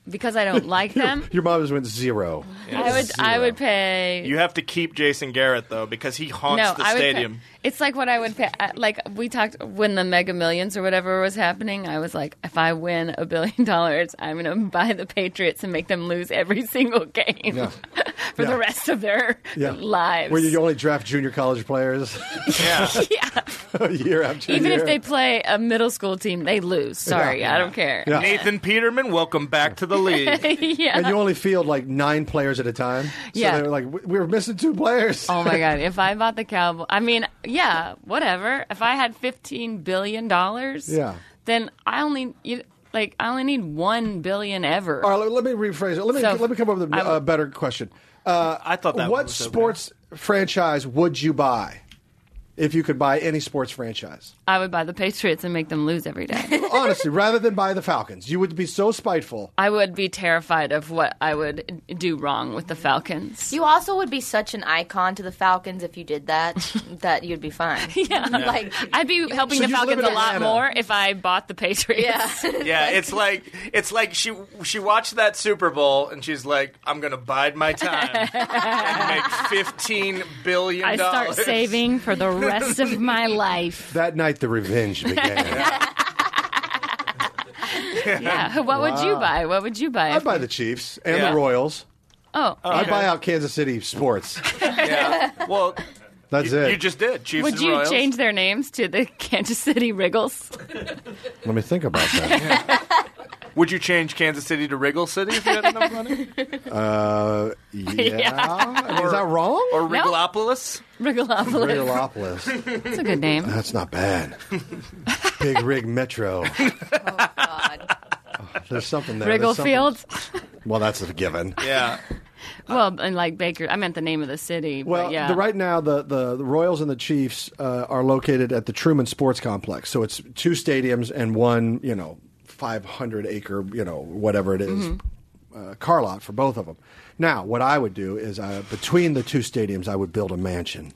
Speaker 1: because I don't like them,
Speaker 2: Your mom just went zero.
Speaker 1: I would I would pay.
Speaker 3: You have to keep Jason Garrett, though, because he haunts
Speaker 1: no,
Speaker 3: the
Speaker 1: I would. Pay,
Speaker 3: stadium.
Speaker 1: it's like what I would pay. I- Like we talked when the Mega Millions or whatever was happening. I was like, if I win a billion dollars, I'm going to buy the Patriots and make them lose every single game
Speaker 2: Yeah.
Speaker 1: for
Speaker 2: Yeah.
Speaker 1: the rest of their
Speaker 2: Yeah.
Speaker 1: lives.
Speaker 2: Where you only draft junior college players
Speaker 3: Yeah.
Speaker 1: yeah.
Speaker 2: year after
Speaker 1: Even
Speaker 2: year.
Speaker 1: if they play a middle school team, they lose. Sorry, I don't care.
Speaker 2: Yeah.
Speaker 3: Nathan Peterman, welcome back to the league.
Speaker 1: yeah.
Speaker 2: and you only field like nine players at a time. So
Speaker 1: Yeah.
Speaker 2: they're like, "We- we were missing two players.
Speaker 1: Oh my god! If I bought the Cowboy, I mean, yeah, whatever. If I had fifteen billion dollars,
Speaker 2: Yeah.
Speaker 1: then I only you, Like, I only need one billion ever.
Speaker 2: All right, let, let me rephrase it. Let me
Speaker 1: So,
Speaker 2: let me come up with a
Speaker 1: I-
Speaker 2: uh, better question.
Speaker 7: I thought that one
Speaker 2: what
Speaker 7: was
Speaker 2: sports franchise would you buy if you could buy any sports franchise?
Speaker 1: I would buy the Patriots and make them lose every day.
Speaker 2: Honestly, rather than buy the Falcons, you would be so spiteful.
Speaker 1: I would be terrified of what I would do wrong with the Falcons.
Speaker 5: You also would be such an icon to the Falcons if you did that, that you'd be fine. Yeah. Like,
Speaker 1: I'd be helping
Speaker 2: So
Speaker 1: the
Speaker 2: you live
Speaker 1: Falcons
Speaker 2: in
Speaker 1: a lot
Speaker 2: Atlanta.
Speaker 1: more if I bought the Patriots.
Speaker 5: yeah.
Speaker 3: Yeah, it's like it's like she she watched that Super Bowl and she's like, I'm gonna bide my time and make fifteen billion.
Speaker 1: I start
Speaker 3: dollars."
Speaker 1: saving for the rest of my life.
Speaker 2: That night, the revenge began.
Speaker 1: Yeah. What would you buy? What would you buy?
Speaker 2: I'd buy the Chiefs and
Speaker 3: Yeah.
Speaker 2: the Royals.
Speaker 1: oh,
Speaker 2: I'd buy out Kansas City sports.
Speaker 3: Yeah. Well,
Speaker 2: That's
Speaker 3: you,
Speaker 2: it.
Speaker 3: you just did. Chiefs
Speaker 1: would
Speaker 3: and
Speaker 1: you
Speaker 3: Royals.
Speaker 1: change their names to the Kansas City Wriggles?
Speaker 2: Let me think about that.
Speaker 3: Would you change Kansas City to Wriggle City if you had enough money?
Speaker 2: uh, yeah. I mean, is that wrong?
Speaker 3: Or Wriggleopolis?
Speaker 1: Wriggleopolis.
Speaker 2: Radiolopolis.
Speaker 1: That's a good name.
Speaker 2: That's not bad. Big Rig Metro. Oh,
Speaker 5: God.
Speaker 2: There's something there. There's something-
Speaker 1: Wrigglefields.
Speaker 2: Well, that's a given.
Speaker 3: Yeah.
Speaker 1: Well, and like Baker, I meant the name of the city. but
Speaker 2: Well,
Speaker 1: yeah.
Speaker 2: the, right now the, the, the Royals and the Chiefs uh, are located at the Truman Sports Complex, so it's two stadiums and one you know five hundred acre you know whatever it is, uh, car lot for both of them. Now, what I would do is uh, between the two stadiums, I would build a mansion.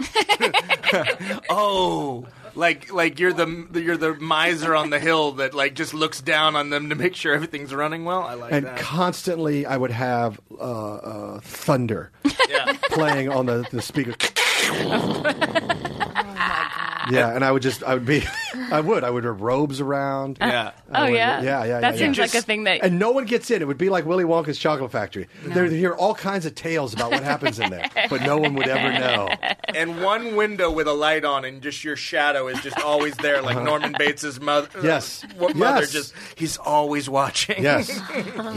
Speaker 3: Oh, like like you're the you're the miser on the hill that like just looks down on them to make sure everything's running well. I like
Speaker 2: and
Speaker 3: that.
Speaker 2: constantly I would have uh, uh, thunder
Speaker 3: yeah.
Speaker 2: playing on the, the speaker. Yeah, and I would just, I would be, I would, I would wear robes around.
Speaker 3: Yeah.
Speaker 2: I
Speaker 1: Oh
Speaker 2: would-
Speaker 1: yeah.
Speaker 2: yeah, yeah.
Speaker 1: That
Speaker 2: yeah,
Speaker 1: seems
Speaker 2: yeah.
Speaker 1: like a thing that.
Speaker 2: and no one gets in. It would be like Willy Wonka's Chocolate Factory. They'd hear all kinds of tales about what happens in there, but no one would ever know.
Speaker 3: And one window with a light on, and just your shadow is just always there, like Norman Bates's mother.
Speaker 2: Uh-huh. Yes.
Speaker 3: what mother
Speaker 2: Yes.
Speaker 3: just he's always watching.
Speaker 2: Yes,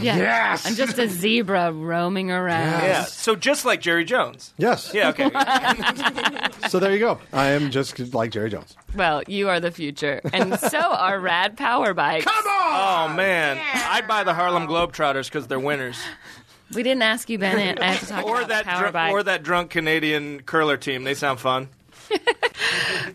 Speaker 1: yeah.
Speaker 2: Yes!
Speaker 1: I'm just a zebra roaming around.
Speaker 3: Yeah. So just like Jerry Jones.
Speaker 2: yes.
Speaker 3: Yeah. Okay.
Speaker 2: So there you go. I am just like Jerry Jones.
Speaker 1: Well, you are the future, and so are rad power bikes.
Speaker 3: oh man, I'd buy the Harlem Globetrotters because they're winners,
Speaker 1: We didn't ask you, Bennett. I have to talk
Speaker 3: or
Speaker 1: about
Speaker 3: that
Speaker 1: power
Speaker 3: drunk,
Speaker 1: bike.
Speaker 3: or that drunk Canadian curler team. They sound fun.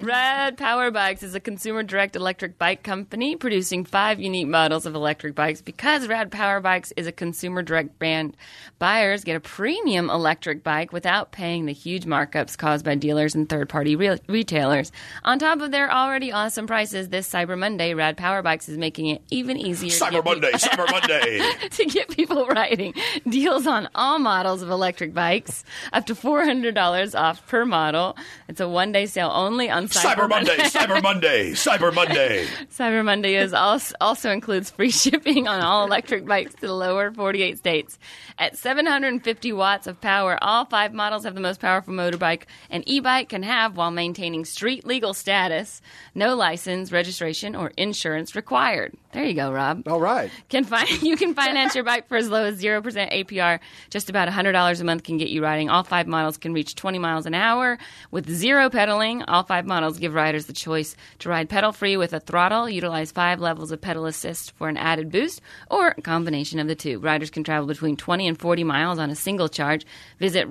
Speaker 1: Red Power Bikes is a consumer direct electric bike company producing five unique models of electric bikes. Because Rad Power Bikes is a consumer direct brand, buyers get a premium electric bike without paying the huge markups caused by dealers and third party re- retailers. On top of their already awesome prices, this Cyber Monday, Rad Power Bikes is making it even easier to get people-
Speaker 7: Cyber Monday.
Speaker 1: to get people riding. Deals on all models of electric bikes, up to $400 off per model. It's a one day sale only on Cyber,
Speaker 7: Cyber Monday, Cyber Monday.
Speaker 1: Cyber Monday is also, also includes free shipping on all electric bikes to the lower 48 states. At 750 watts of power, all five models have the most powerful motorbike an e-bike can have while maintaining street legal status. No license, registration, or insurance required. There you go, Rob
Speaker 2: All right.
Speaker 1: can find you can finance your bike for as low as 0% APR. Just about $100 a month can get you riding. All five models can reach 20 miles an hour with zero pedaling. All five models give riders the choice to ride pedal free with a throttle, utilize five levels of pedal assist for an added boost, or a combination of the two. Riders can travel between 20 and 40 miles on a single charge. Visit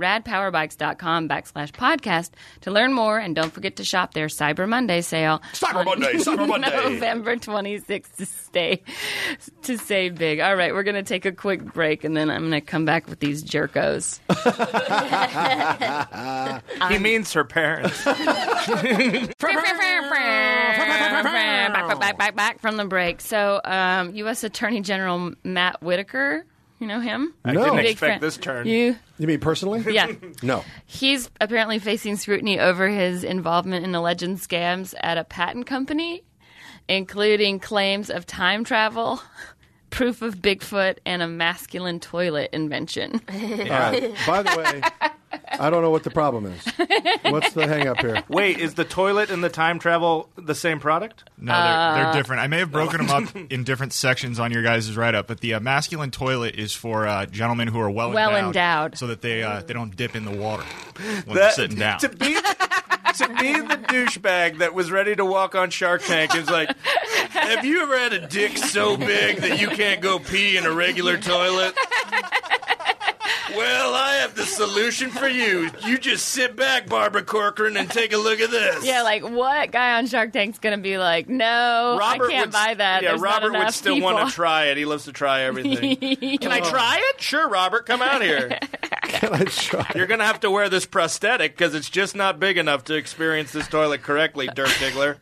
Speaker 1: radpowerbikes.com backslash podcast to learn more and don't forget to shop their Cyber Monday sale.
Speaker 7: Cyber
Speaker 1: on
Speaker 7: Monday, Cyber Monday.
Speaker 1: November 26th to stay to save big. All right, we're going to take a quick break and then I'm going to come back with these jerkos.
Speaker 3: He
Speaker 1: Um,
Speaker 3: means her parents.
Speaker 1: back, back, back, back, back from the break. So, um, U.S. Attorney General Matt Whitaker, you know him?
Speaker 3: I
Speaker 2: No.
Speaker 3: didn't
Speaker 2: Big
Speaker 3: expect
Speaker 1: fan.
Speaker 3: this turn.
Speaker 1: You,
Speaker 2: You mean personally?
Speaker 1: yeah.
Speaker 2: No.
Speaker 1: He's apparently facing scrutiny over his involvement in alleged scams at a patent company, including claims of time travel, proof of Bigfoot, and a masculine toilet invention.
Speaker 2: All right. By the way, I don't know what the problem is. What's the hang up here?
Speaker 3: Wait, is the toilet and the time travel the same product?
Speaker 6: No, they're,
Speaker 1: Uh.
Speaker 6: they're different. I may have broken them up in different sections on your guys' write up, but the uh, masculine toilet is for uh, gentlemen who are well,
Speaker 1: Well endowed.
Speaker 6: so that they uh, they don't dip in the water when they're
Speaker 3: That-
Speaker 6: sitting down.
Speaker 3: To be to be the douchebag that was ready to walk on Shark Tank is like, have you ever had a dick so big that you can't go pee in a regular toilet? Well, I have the solution for you. You just sit back, Barbara Corcoran, and take a look at this.
Speaker 1: Yeah, like what guy on Shark Tank's gonna be like, no, I can't
Speaker 3: would,
Speaker 1: buy that.
Speaker 3: Yeah,
Speaker 1: There's not
Speaker 3: Robert would
Speaker 1: enough
Speaker 3: still
Speaker 1: people.
Speaker 3: want to try it. He loves to try everything. Can I try it? Sure, Robert, come out here.
Speaker 2: Can I try?
Speaker 3: You're going to have to wear this prosthetic because it's just not big enough to experience this toilet correctly, Dirk Diggler.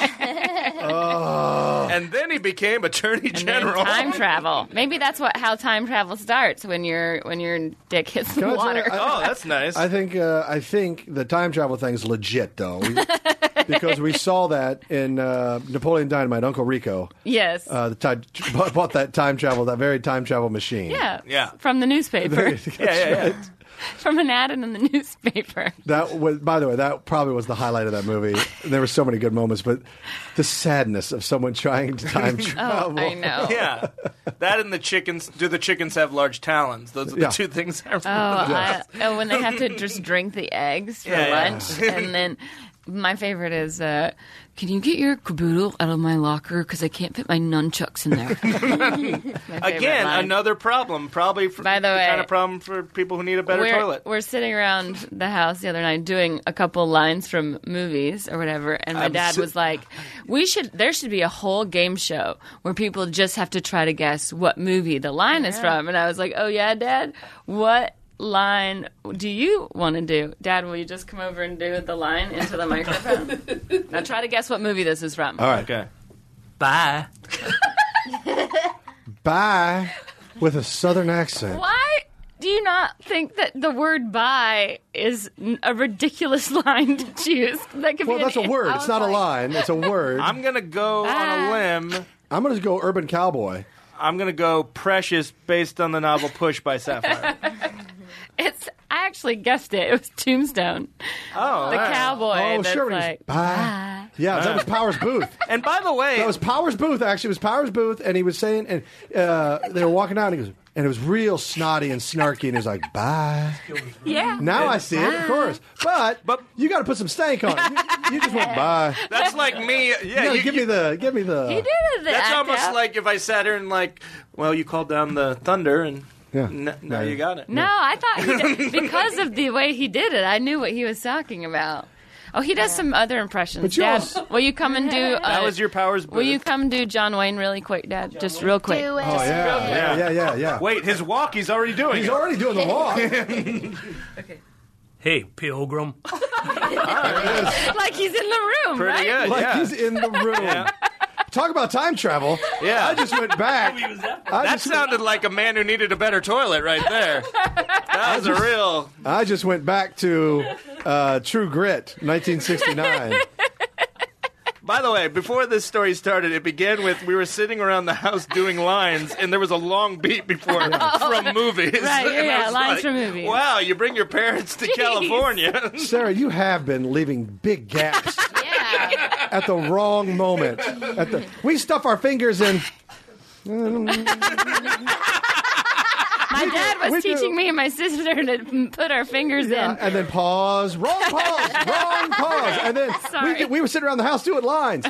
Speaker 2: Oh.
Speaker 3: And then he became Attorney
Speaker 1: And then
Speaker 3: General.
Speaker 1: time travel. Maybe that's what how time travel starts when your when your dick hits
Speaker 2: Can I
Speaker 1: the
Speaker 2: tell you,
Speaker 1: water.
Speaker 2: I-
Speaker 3: oh, that's nice.
Speaker 2: I think uh, I think the time travel thing's legit though, We- because we saw that in uh, Napoleon Dynamite. Uncle Rico
Speaker 1: yes.
Speaker 2: uh, the time, bought bought that time travel, that very time travel machine.
Speaker 1: yeah.
Speaker 3: Yeah.
Speaker 1: From the newspaper.
Speaker 3: yeah, yeah, yeah.
Speaker 1: from an ad in the newspaper.
Speaker 2: That was, by the way, that probably was the highlight of that movie. There were so many good moments, but the sadness of someone trying to time travel.
Speaker 1: Oh, I know.
Speaker 3: Yeah. That and the chickens. Do the chickens have large talons? Those are the
Speaker 2: Yeah.
Speaker 3: two things I remember.
Speaker 1: Oh, I, oh, when they have to just drink the eggs for
Speaker 3: Yeah, yeah.
Speaker 1: lunch, and then my favorite is, uh, "Can you get your caboodle out of my locker because I can't fit my nunchucks in there?" My favorite
Speaker 3: Again,
Speaker 1: line.
Speaker 3: another problem. Probably for,
Speaker 1: By the way,
Speaker 3: kind of problem for people who need a better
Speaker 1: we're,
Speaker 3: toilet.
Speaker 1: We're sitting around the house the other night doing a couple lines from movies or whatever, and my
Speaker 3: I'm
Speaker 1: dad
Speaker 3: si-
Speaker 1: was like, "We should. There should be a whole game show where people just have to try to guess what movie the line is from." And I was like, "Oh yeah, Dad, what?" Line, do you want to do, Dad? Will you just come over and do the line into the microphone? now try to guess what movie this is from.
Speaker 2: All right,
Speaker 3: Okay.
Speaker 4: Bye.
Speaker 2: bye with a southern accent.
Speaker 1: Why do you not think that the word "bye" is n- a ridiculous line to choose? That could
Speaker 2: Well,
Speaker 1: be
Speaker 2: that's
Speaker 1: an-
Speaker 2: a word. It's not a line. It's a word. I'm,
Speaker 3: I'm gonna go on a limb.
Speaker 2: going to go urban cowboy.
Speaker 3: I'm gonna go Precious, based on the novel Push by Sapphire.
Speaker 1: It's I actually guessed it. It was Tombstone,
Speaker 3: Oh,
Speaker 1: the cowboy.
Speaker 2: Oh,
Speaker 1: that's
Speaker 2: sure. when he's,
Speaker 1: Like,
Speaker 2: bye. Yeah, that was Powers Booth.
Speaker 3: and by the way,
Speaker 2: That was Powers Booth. Actually, it was Powers Booth, and he was saying, and uh, they were walking out, and he goes, and it was real snotty and snarky, and he was like, "Bye."
Speaker 1: yeah.
Speaker 2: Now I see it, of course, but but you got to put some stank on it. You, you just went bye.
Speaker 3: that's like me. Yeah,
Speaker 2: No,
Speaker 3: you,
Speaker 2: give me the, give me the.
Speaker 1: You did it. the
Speaker 3: that's
Speaker 1: act
Speaker 3: almost
Speaker 1: out.
Speaker 3: like if I sat here and like, well, you called down the thunder, and
Speaker 2: Yeah.
Speaker 3: n- now you got it.
Speaker 1: No, I thought he did, because of the way he did it, I knew what he was talking about. Oh, he does some other impressions.
Speaker 2: But you
Speaker 1: Dad,
Speaker 2: also-
Speaker 1: will you come and do? Uh,
Speaker 3: That was your powers. Booth.
Speaker 1: Will you come do John Wayne really quick, Dad? Just real quick.
Speaker 5: Do it.
Speaker 2: Oh yeah, yeah, yeah, yeah, yeah.
Speaker 3: Wait, his walk. He's already doing.
Speaker 2: He's
Speaker 3: it.
Speaker 2: already doing the walk.
Speaker 4: Hey, Pilgrim.
Speaker 1: like he's in the room,
Speaker 3: Pretty
Speaker 1: right?
Speaker 3: good.
Speaker 2: Like
Speaker 3: yeah.
Speaker 2: he's in the room. Talk about time travel.
Speaker 3: Yeah.
Speaker 2: I just went back. I
Speaker 3: that
Speaker 2: just,
Speaker 3: sounded like a man who needed a better toilet right there. That was a real.
Speaker 2: I just went back to uh, True Grit, 1969.
Speaker 3: By the way, before this story started, it began with we were sitting around the house doing lines, and there was a long beat before from movies.
Speaker 1: Oh. Right, yeah,
Speaker 3: And I
Speaker 1: yeah,
Speaker 3: was
Speaker 1: lines from movies.
Speaker 3: Wow, you bring your parents to California.
Speaker 2: Sarah, you have been leaving big gaps
Speaker 1: Yeah.
Speaker 2: at the wrong moment. At the, we stuff our fingers in.
Speaker 1: My dad
Speaker 2: we
Speaker 1: was
Speaker 2: do.
Speaker 1: teaching me and my sister to put our fingers
Speaker 2: Yeah,
Speaker 1: in.
Speaker 2: uh, and then pause. Wrong pause. Wrong pause. And then
Speaker 1: Sorry.
Speaker 2: we, did- we were sitting around the house doing lines.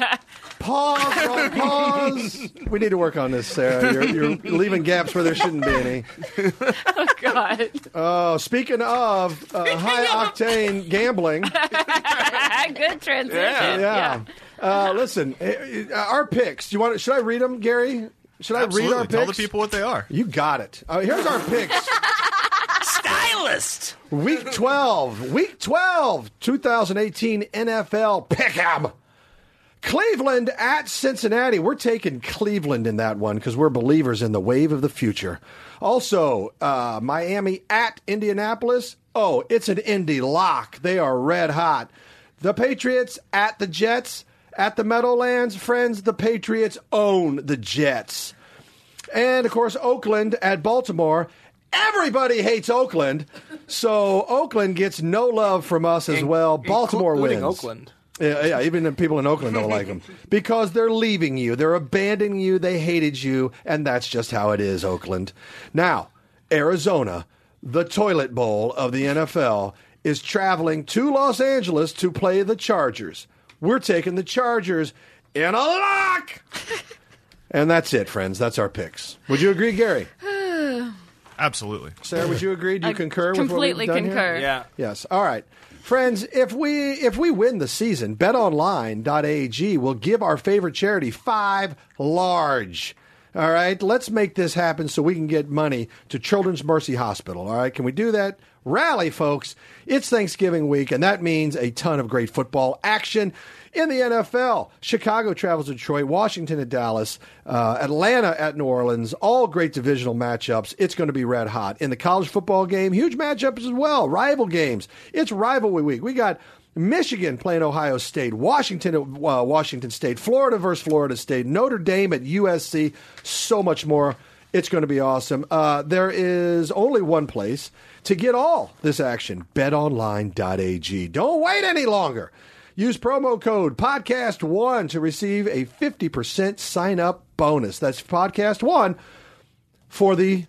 Speaker 2: Pause. Wrong pause. We need to work on this, Sarah. You're, you're leaving gaps where there shouldn't be any.
Speaker 1: Oh God,
Speaker 2: Oh, speaking of uh, high octane gambling,
Speaker 1: good transition.
Speaker 3: Yeah.
Speaker 2: yeah. Uh, listen, eh, eh, our picks. Do you want? to- Should I read them, Gary? Should I
Speaker 6: Absolutely.
Speaker 2: read our picks?
Speaker 6: Tell the people what they are.
Speaker 2: You got it. Uh, here's our picks.
Speaker 3: Stylist.
Speaker 2: Week 12, Week 12, 2018 NFL Pick'em. Cleveland at Cincinnati. We're taking Cleveland in that one because we're believers in the wave of the future. Also, uh, Miami at Indianapolis. Oh, it's an Indy lock. They are red hot. The Patriots at the Jets. At the Meadowlands, friends, the Patriots own the Jets. And of course, Oakland at Baltimore. Everybody hates Oakland, so Oakland gets no love from us as well. Baltimore
Speaker 3: including
Speaker 2: wins.
Speaker 3: Oakland.
Speaker 2: Yeah, yeah, even the people in Oakland don't like them because they're leaving you, they're abandoning you, they hated you, and that's just how it is, Oakland. Now, Arizona, the toilet bowl of the NFL, is traveling to Los Angeles to play the Chargers. We're taking the Chargers in a lock. and that's it, friends. That's our picks. Would you agree, Gary?
Speaker 6: Absolutely.
Speaker 2: Sarah, would you agree? Do you
Speaker 1: I
Speaker 2: concur?
Speaker 1: completely
Speaker 2: with what we've done
Speaker 1: concur.
Speaker 2: Here?
Speaker 3: Yeah.
Speaker 2: Yes. All right. Friends, if we if we win the season, betonline.ag will give our favorite charity 5 large. All right, let's make this happen so we can get money to Children's Mercy Hospital. All right, can we do that? Rally, folks. It's Thanksgiving week, and that means a ton of great football action in the NFL. Chicago travels to Detroit, Washington at Dallas, uh, Atlanta at New Orleans. All great divisional matchups. It's going to be red hot. In the college football game, huge matchups as well. Rival games. It's rivalry week. We got Michigan playing Ohio State, Washington at uh, Washington State, Florida versus Florida State, Notre Dame at USC. So much more. It's going to be awesome. Uh, there is only one place to get all this action betonline.ag. Don't wait any longer. Use promo code podcast1 to receive a 50% sign up bonus. That's podcast1 for the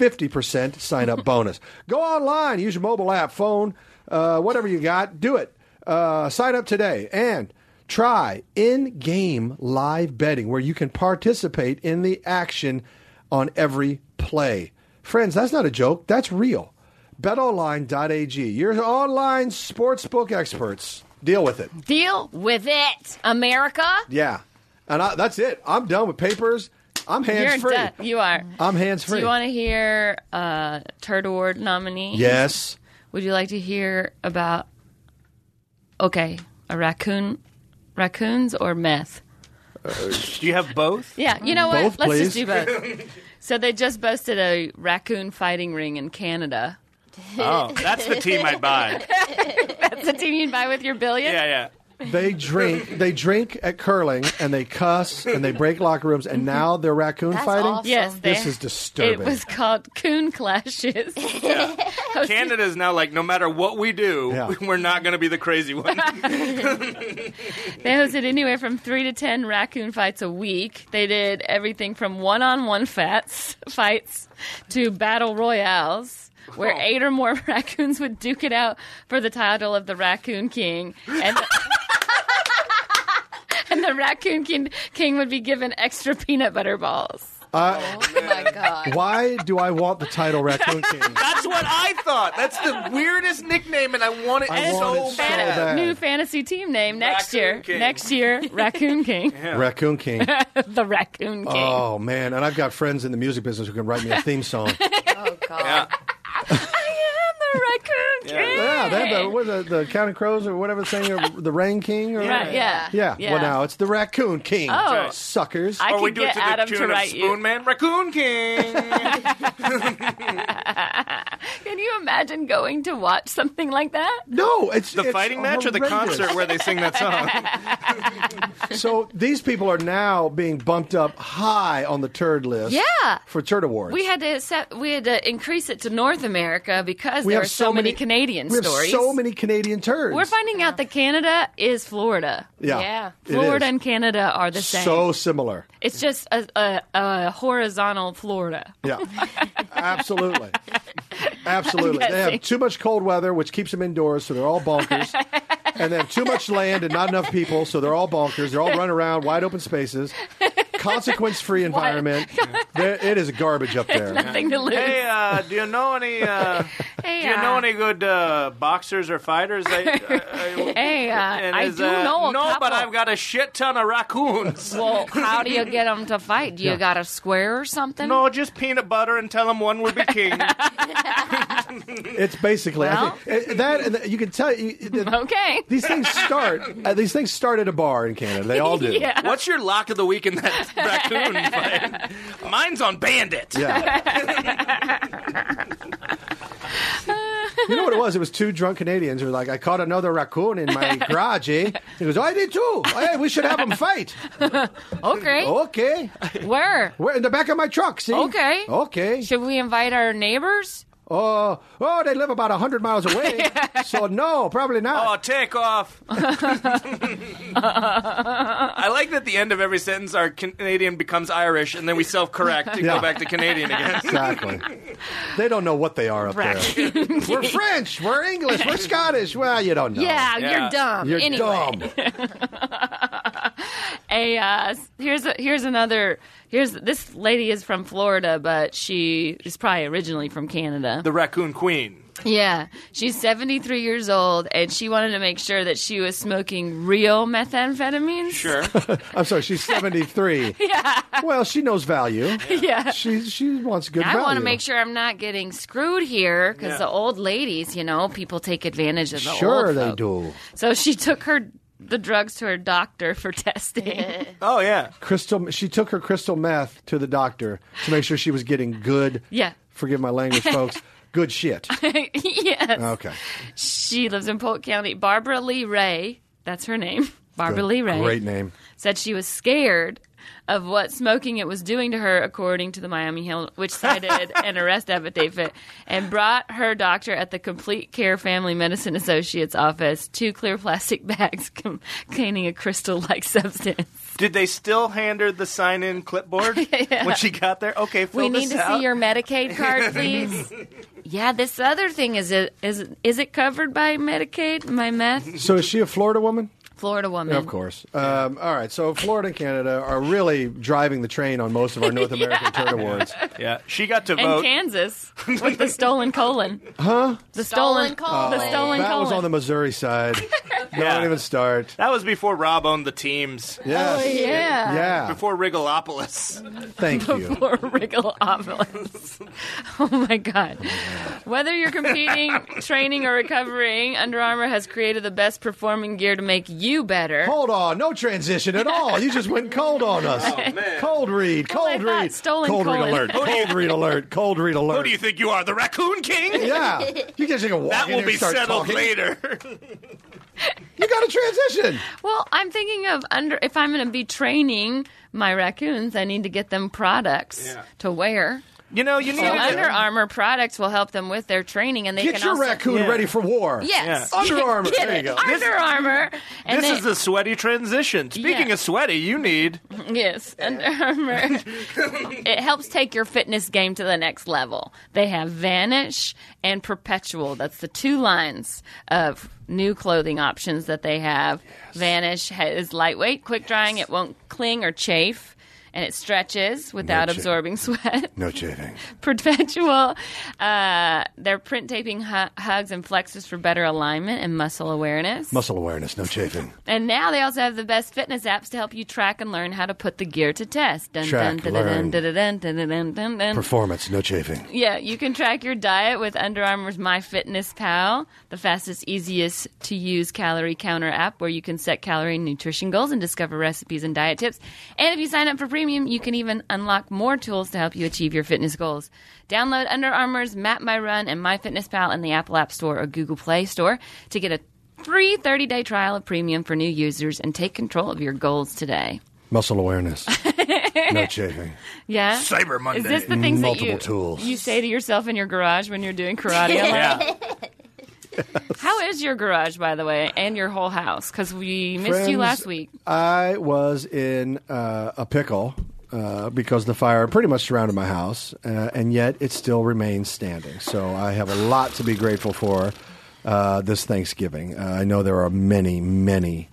Speaker 2: 50% sign up bonus. Go online, use your mobile app, phone, uh, whatever you got, do it. Uh, sign up today and try in game live betting where you can participate in the action on every play. Friends, that's not a joke, that's real. BetOnline.ag, your online sportsbook experts. Deal with it.
Speaker 1: Deal with it, America.
Speaker 2: Yeah. And I, that's it. I'm done with papers. I'm
Speaker 1: You're
Speaker 2: hands
Speaker 1: in
Speaker 2: free.
Speaker 1: debt. You are.
Speaker 2: I'm hands
Speaker 1: Do
Speaker 2: free.
Speaker 1: you want to hear uh, Turd Award nominee?
Speaker 2: yes.
Speaker 1: Would you like to hear about okay, a raccoon, raccoons or meth?
Speaker 3: Do you have both?
Speaker 1: Yeah, you know what?
Speaker 2: Both,
Speaker 1: Let's
Speaker 2: please.
Speaker 1: just do both. so they just busted a raccoon fighting ring in Canada.
Speaker 3: Oh, that's the team I'd buy.
Speaker 1: That's the team you'd buy with your billion.
Speaker 3: Yeah, yeah.
Speaker 2: They drink. They drink at curling, and they cuss, and they break locker rooms,
Speaker 1: Mm-hmm.
Speaker 2: and now they're raccoon
Speaker 5: That's
Speaker 2: fighting.
Speaker 5: awesome.
Speaker 1: Yes, they,
Speaker 2: This is
Speaker 1: it
Speaker 2: disturbing.
Speaker 1: was called Coon Clashes.
Speaker 3: Canada is now like, no matter what we do,
Speaker 2: Yeah.
Speaker 3: we're not going to be the crazy one.
Speaker 1: Oh They hosted anywhere from three to ten raccoon fights a week. They did everything from one-on-one fats fights to battle royales, where
Speaker 3: Oh.
Speaker 1: eight or more raccoons would duke it out for the title of the Raccoon King, and the, and the Raccoon King, King would be given extra peanut butter balls.
Speaker 2: Uh,
Speaker 5: Oh my god.
Speaker 2: why do I want the title Raccoon King?
Speaker 3: That's what I thought. That's the weirdest nickname, and I want it
Speaker 2: I
Speaker 3: so
Speaker 2: want it so
Speaker 3: bad.
Speaker 2: bad.
Speaker 1: Fan- new fantasy team name next
Speaker 3: Raccoon
Speaker 1: year.
Speaker 3: King.
Speaker 1: Next year, Raccoon King,
Speaker 2: Raccoon King.
Speaker 1: the Raccoon King.
Speaker 2: Oh man! And I've got friends in the music business who can write me a theme song.
Speaker 5: Oh god.
Speaker 3: Yeah.
Speaker 1: I am the Raccoon King.
Speaker 2: yeah, they have the, what the, the Counting Crows or whatever saying, or the Rain King or
Speaker 1: Right, yeah.
Speaker 2: yeah.
Speaker 1: Yeah.
Speaker 2: Well, now it's the Raccoon King.
Speaker 1: Oh.
Speaker 2: Suckers!
Speaker 1: I
Speaker 3: Or we
Speaker 1: could
Speaker 3: do it
Speaker 1: get
Speaker 3: to the
Speaker 1: Adam
Speaker 3: tune
Speaker 1: to
Speaker 3: of
Speaker 1: write
Speaker 3: Spoon
Speaker 1: you.
Speaker 3: Man Raccoon King.
Speaker 1: Can you imagine going to watch something like that?
Speaker 2: no, it's
Speaker 3: the
Speaker 2: it's
Speaker 3: fighting match or the
Speaker 2: horrendous.
Speaker 3: concert where they sing that song?
Speaker 2: So these people are now being bumped up high on the turd list.
Speaker 1: Yeah.
Speaker 2: for turd awards.
Speaker 1: We had to accept, we had to increase it to North America because
Speaker 2: We
Speaker 1: there
Speaker 2: have
Speaker 1: are so, many, Canadian
Speaker 2: we have
Speaker 1: stories.
Speaker 2: so many Canadian turds.
Speaker 1: We're finding out that Canada is Florida.
Speaker 2: Yeah,
Speaker 5: Yeah.
Speaker 2: it
Speaker 1: Florida
Speaker 2: is.
Speaker 1: and Canada are the same.
Speaker 2: so similar.
Speaker 1: it's just a, a, a horizontal Florida.
Speaker 2: Yeah, absolutely, absolutely.
Speaker 1: I'm
Speaker 2: They have
Speaker 1: guessing.
Speaker 2: too much cold weather, which keeps them indoors, so they're all bonkers. and they have too much land and not enough people, so they're all bonkers. They're all running around, wide open spaces, consequence-free environment. There- it is garbage up there.
Speaker 1: Nothing to lose.
Speaker 3: hey, uh, do you know any? Uh,
Speaker 1: Hey,
Speaker 3: do you know
Speaker 1: uh,
Speaker 3: any good uh, boxers or fighters? I, I, I,
Speaker 1: hey, uh,
Speaker 3: and
Speaker 1: I
Speaker 3: is,
Speaker 1: do
Speaker 3: uh,
Speaker 1: know a
Speaker 3: no,
Speaker 1: couple.
Speaker 3: but I've got a shit ton of raccoons.
Speaker 1: Well, how do you get them to fight? Do you got a square or something?
Speaker 3: no, just peanut butter and tell them one will be king.
Speaker 2: It's basically I
Speaker 1: Well.
Speaker 2: think, eh, that. and You can tell you,
Speaker 1: Okay.
Speaker 2: these things start. uh, these things start at a bar in Canada. They all do.
Speaker 1: Yeah.
Speaker 3: What's your lock of the week in that raccoon fight? Mine's on Bandit.
Speaker 2: Yeah. you know what it was? It was two drunk Canadians who were like, I caught another raccoon in my garage, eh? He goes, oh, I did too. Hey, we should have them fight.
Speaker 1: Okay.
Speaker 2: okay.
Speaker 1: Where?
Speaker 2: We're in the back of my truck, see?
Speaker 1: Okay.
Speaker 2: Okay.
Speaker 1: Should we invite our neighbors?
Speaker 2: Oh, oh, they live about 100 miles away. So, no, probably
Speaker 8: Oh,
Speaker 2: not.
Speaker 8: take off. I like that the end of every sentence, our Canadian becomes Irish, and then we self correct and
Speaker 2: Yeah.
Speaker 8: go back to Canadian again.
Speaker 2: Exactly. They don't know what they are up there. we're French, we're English, we're Scottish. Well, you don't know.
Speaker 1: Yeah,
Speaker 8: Yeah.
Speaker 1: you're dumb.
Speaker 2: You're
Speaker 1: anyway.
Speaker 2: dumb.
Speaker 1: a uh, here's a, here's another here's this lady is from Florida, but she is probably originally from Canada.
Speaker 8: The Raccoon Queen.
Speaker 1: yeah, she's 73 years old, and she wanted to make sure that she was smoking real methamphetamines.
Speaker 8: Sure.
Speaker 2: I'm sorry, she's 73. yeah. Well, she knows value.
Speaker 1: Yeah.
Speaker 2: She she wants good value.
Speaker 1: I want to make sure I'm not getting screwed here because
Speaker 8: Yeah.
Speaker 1: the old ladies, you know, people take advantage of the
Speaker 2: Sure,
Speaker 1: old
Speaker 2: they
Speaker 1: folk.
Speaker 2: do.
Speaker 1: So she took her the drugs to her doctor for testing.
Speaker 8: Oh, yeah.
Speaker 2: Crystal. She took her crystal meth to the doctor to make sure she was getting good.
Speaker 1: Yeah.
Speaker 2: Forgive my language, folks. Good shit.
Speaker 1: yes.
Speaker 2: Okay.
Speaker 1: She lives in Polk County. Barbara Lee Ray, that's her name. Barbara Lee Ray
Speaker 2: Great name.
Speaker 1: said she was scared of what smoking it was doing to her, according to the Miami Herald, which cited an arrest affidavit and brought her doctor at the Complete Care Family Medicine Associates office two clear plastic bags com- containing a crystal like substance.
Speaker 8: Did they still hand her the sign in clipboard when she got there? Okay, fill
Speaker 1: we
Speaker 8: this
Speaker 1: need to
Speaker 8: out.
Speaker 1: see your Medicaid card, please. yeah, this other thing is it is it- is it covered by Medicaid? My meth,
Speaker 2: So is she a Florida woman?
Speaker 1: Florida woman.
Speaker 2: Of course. Um, all right. So Florida and Canada are really driving the train on most of our North American turn awards.
Speaker 8: Yeah, she got to
Speaker 1: and
Speaker 8: vote.
Speaker 1: Kansas with the stolen colon. Huh? The stolen,
Speaker 5: Stolen colon.
Speaker 1: The stolen
Speaker 2: that
Speaker 1: colon.
Speaker 2: was on the Missouri side. Don't
Speaker 8: Yeah.
Speaker 2: even start.
Speaker 8: that was before Rob owned the teams.
Speaker 2: Yes.
Speaker 1: yeah.
Speaker 2: Yeah.
Speaker 8: Before Rigolopolis.
Speaker 2: Thank you.
Speaker 1: Or wriggle omelets. oh my god. Whether you're competing, training, or recovering, Under Armour has created the best performing gear to make you better.
Speaker 2: Hold on, no transition at all. You just went cold on us.
Speaker 8: Oh,
Speaker 2: Cold read,
Speaker 1: Oh, I
Speaker 2: cold
Speaker 1: thought
Speaker 2: read,
Speaker 1: stolen
Speaker 2: cold read
Speaker 1: colon.
Speaker 2: alert, cold read alert, cold read alert.
Speaker 8: Who do you think you are, the Raccoon King?
Speaker 2: Yeah, you guys are gonna walk
Speaker 8: That
Speaker 2: in
Speaker 8: will
Speaker 2: here and
Speaker 8: be
Speaker 2: start
Speaker 8: settled
Speaker 2: talking.
Speaker 8: later.
Speaker 2: You got to transition.
Speaker 1: Well, I'm thinking of under if I'm going to be training my raccoons, I need to get them products
Speaker 8: Yeah.
Speaker 1: to wear.
Speaker 8: You know, you need
Speaker 1: So
Speaker 8: to
Speaker 1: Under Armour products will help them with their training, and they
Speaker 2: Get
Speaker 1: can
Speaker 2: your
Speaker 1: also
Speaker 2: raccoon
Speaker 8: Yeah.
Speaker 2: ready for war.
Speaker 1: Yes,
Speaker 2: Under Armour.
Speaker 1: Get
Speaker 2: There you
Speaker 1: it.
Speaker 2: go.
Speaker 1: Under Armour. And
Speaker 8: This
Speaker 1: they-
Speaker 8: is the sweaty transition. Speaking
Speaker 1: Yeah.
Speaker 8: of sweaty, you need
Speaker 1: Yes, Under Armour. it helps take your fitness game to the next level. They have Vanish and Perpetual. That's the two lines of new clothing options that they have. Vanish ha- is lightweight, quick drying, it won't cling or chafe. And it stretches without
Speaker 2: Gotcha.
Speaker 1: absorbing sweat.
Speaker 2: No cheating.
Speaker 1: Perpetual, uh, they're print taping hu- hugs and flexes for better alignment and muscle awareness.
Speaker 2: Muscle awareness, no chafing.
Speaker 1: And now they also have the best fitness apps to help you track and learn how to put the gear to test. Dun,
Speaker 2: Track,
Speaker 1: dun, dun, dun,
Speaker 2: learn.
Speaker 1: dun, dun, dun, dun, dun, dun, dun.
Speaker 2: Performance, no chafing.
Speaker 1: Yeah, you can track your diet with Under Armour's MyFitnessPal, the fastest, easiest to use calorie counter app where you can set calorie and nutrition goals and discover recipes and diet tips. And if you sign up for premium, you can even unlock more tools to help you achieve your fitness goals. Download Under Armour's Map My Run and MyFitnessPal in the Apple App Store or Google Play Store to get a free 30-day trial of premium for new users and take control of your goals today.
Speaker 2: Muscle awareness, no chafing.
Speaker 1: Yeah.
Speaker 8: Cyber
Speaker 1: Is
Speaker 8: Monday.
Speaker 1: this the things that
Speaker 2: Multiple
Speaker 1: you,
Speaker 2: tools.
Speaker 1: you say to yourself in your garage when you're doing karate?
Speaker 8: yeah.
Speaker 1: How is your garage, by the way, and your whole house? Because we missed you
Speaker 2: Friends,
Speaker 1: last week.
Speaker 2: I was in uh, a pickle uh, because the fire pretty much surrounded my house, uh, and yet it still remains standing. So I have a lot to be grateful for uh, this Thanksgiving. Uh, I know there are many, many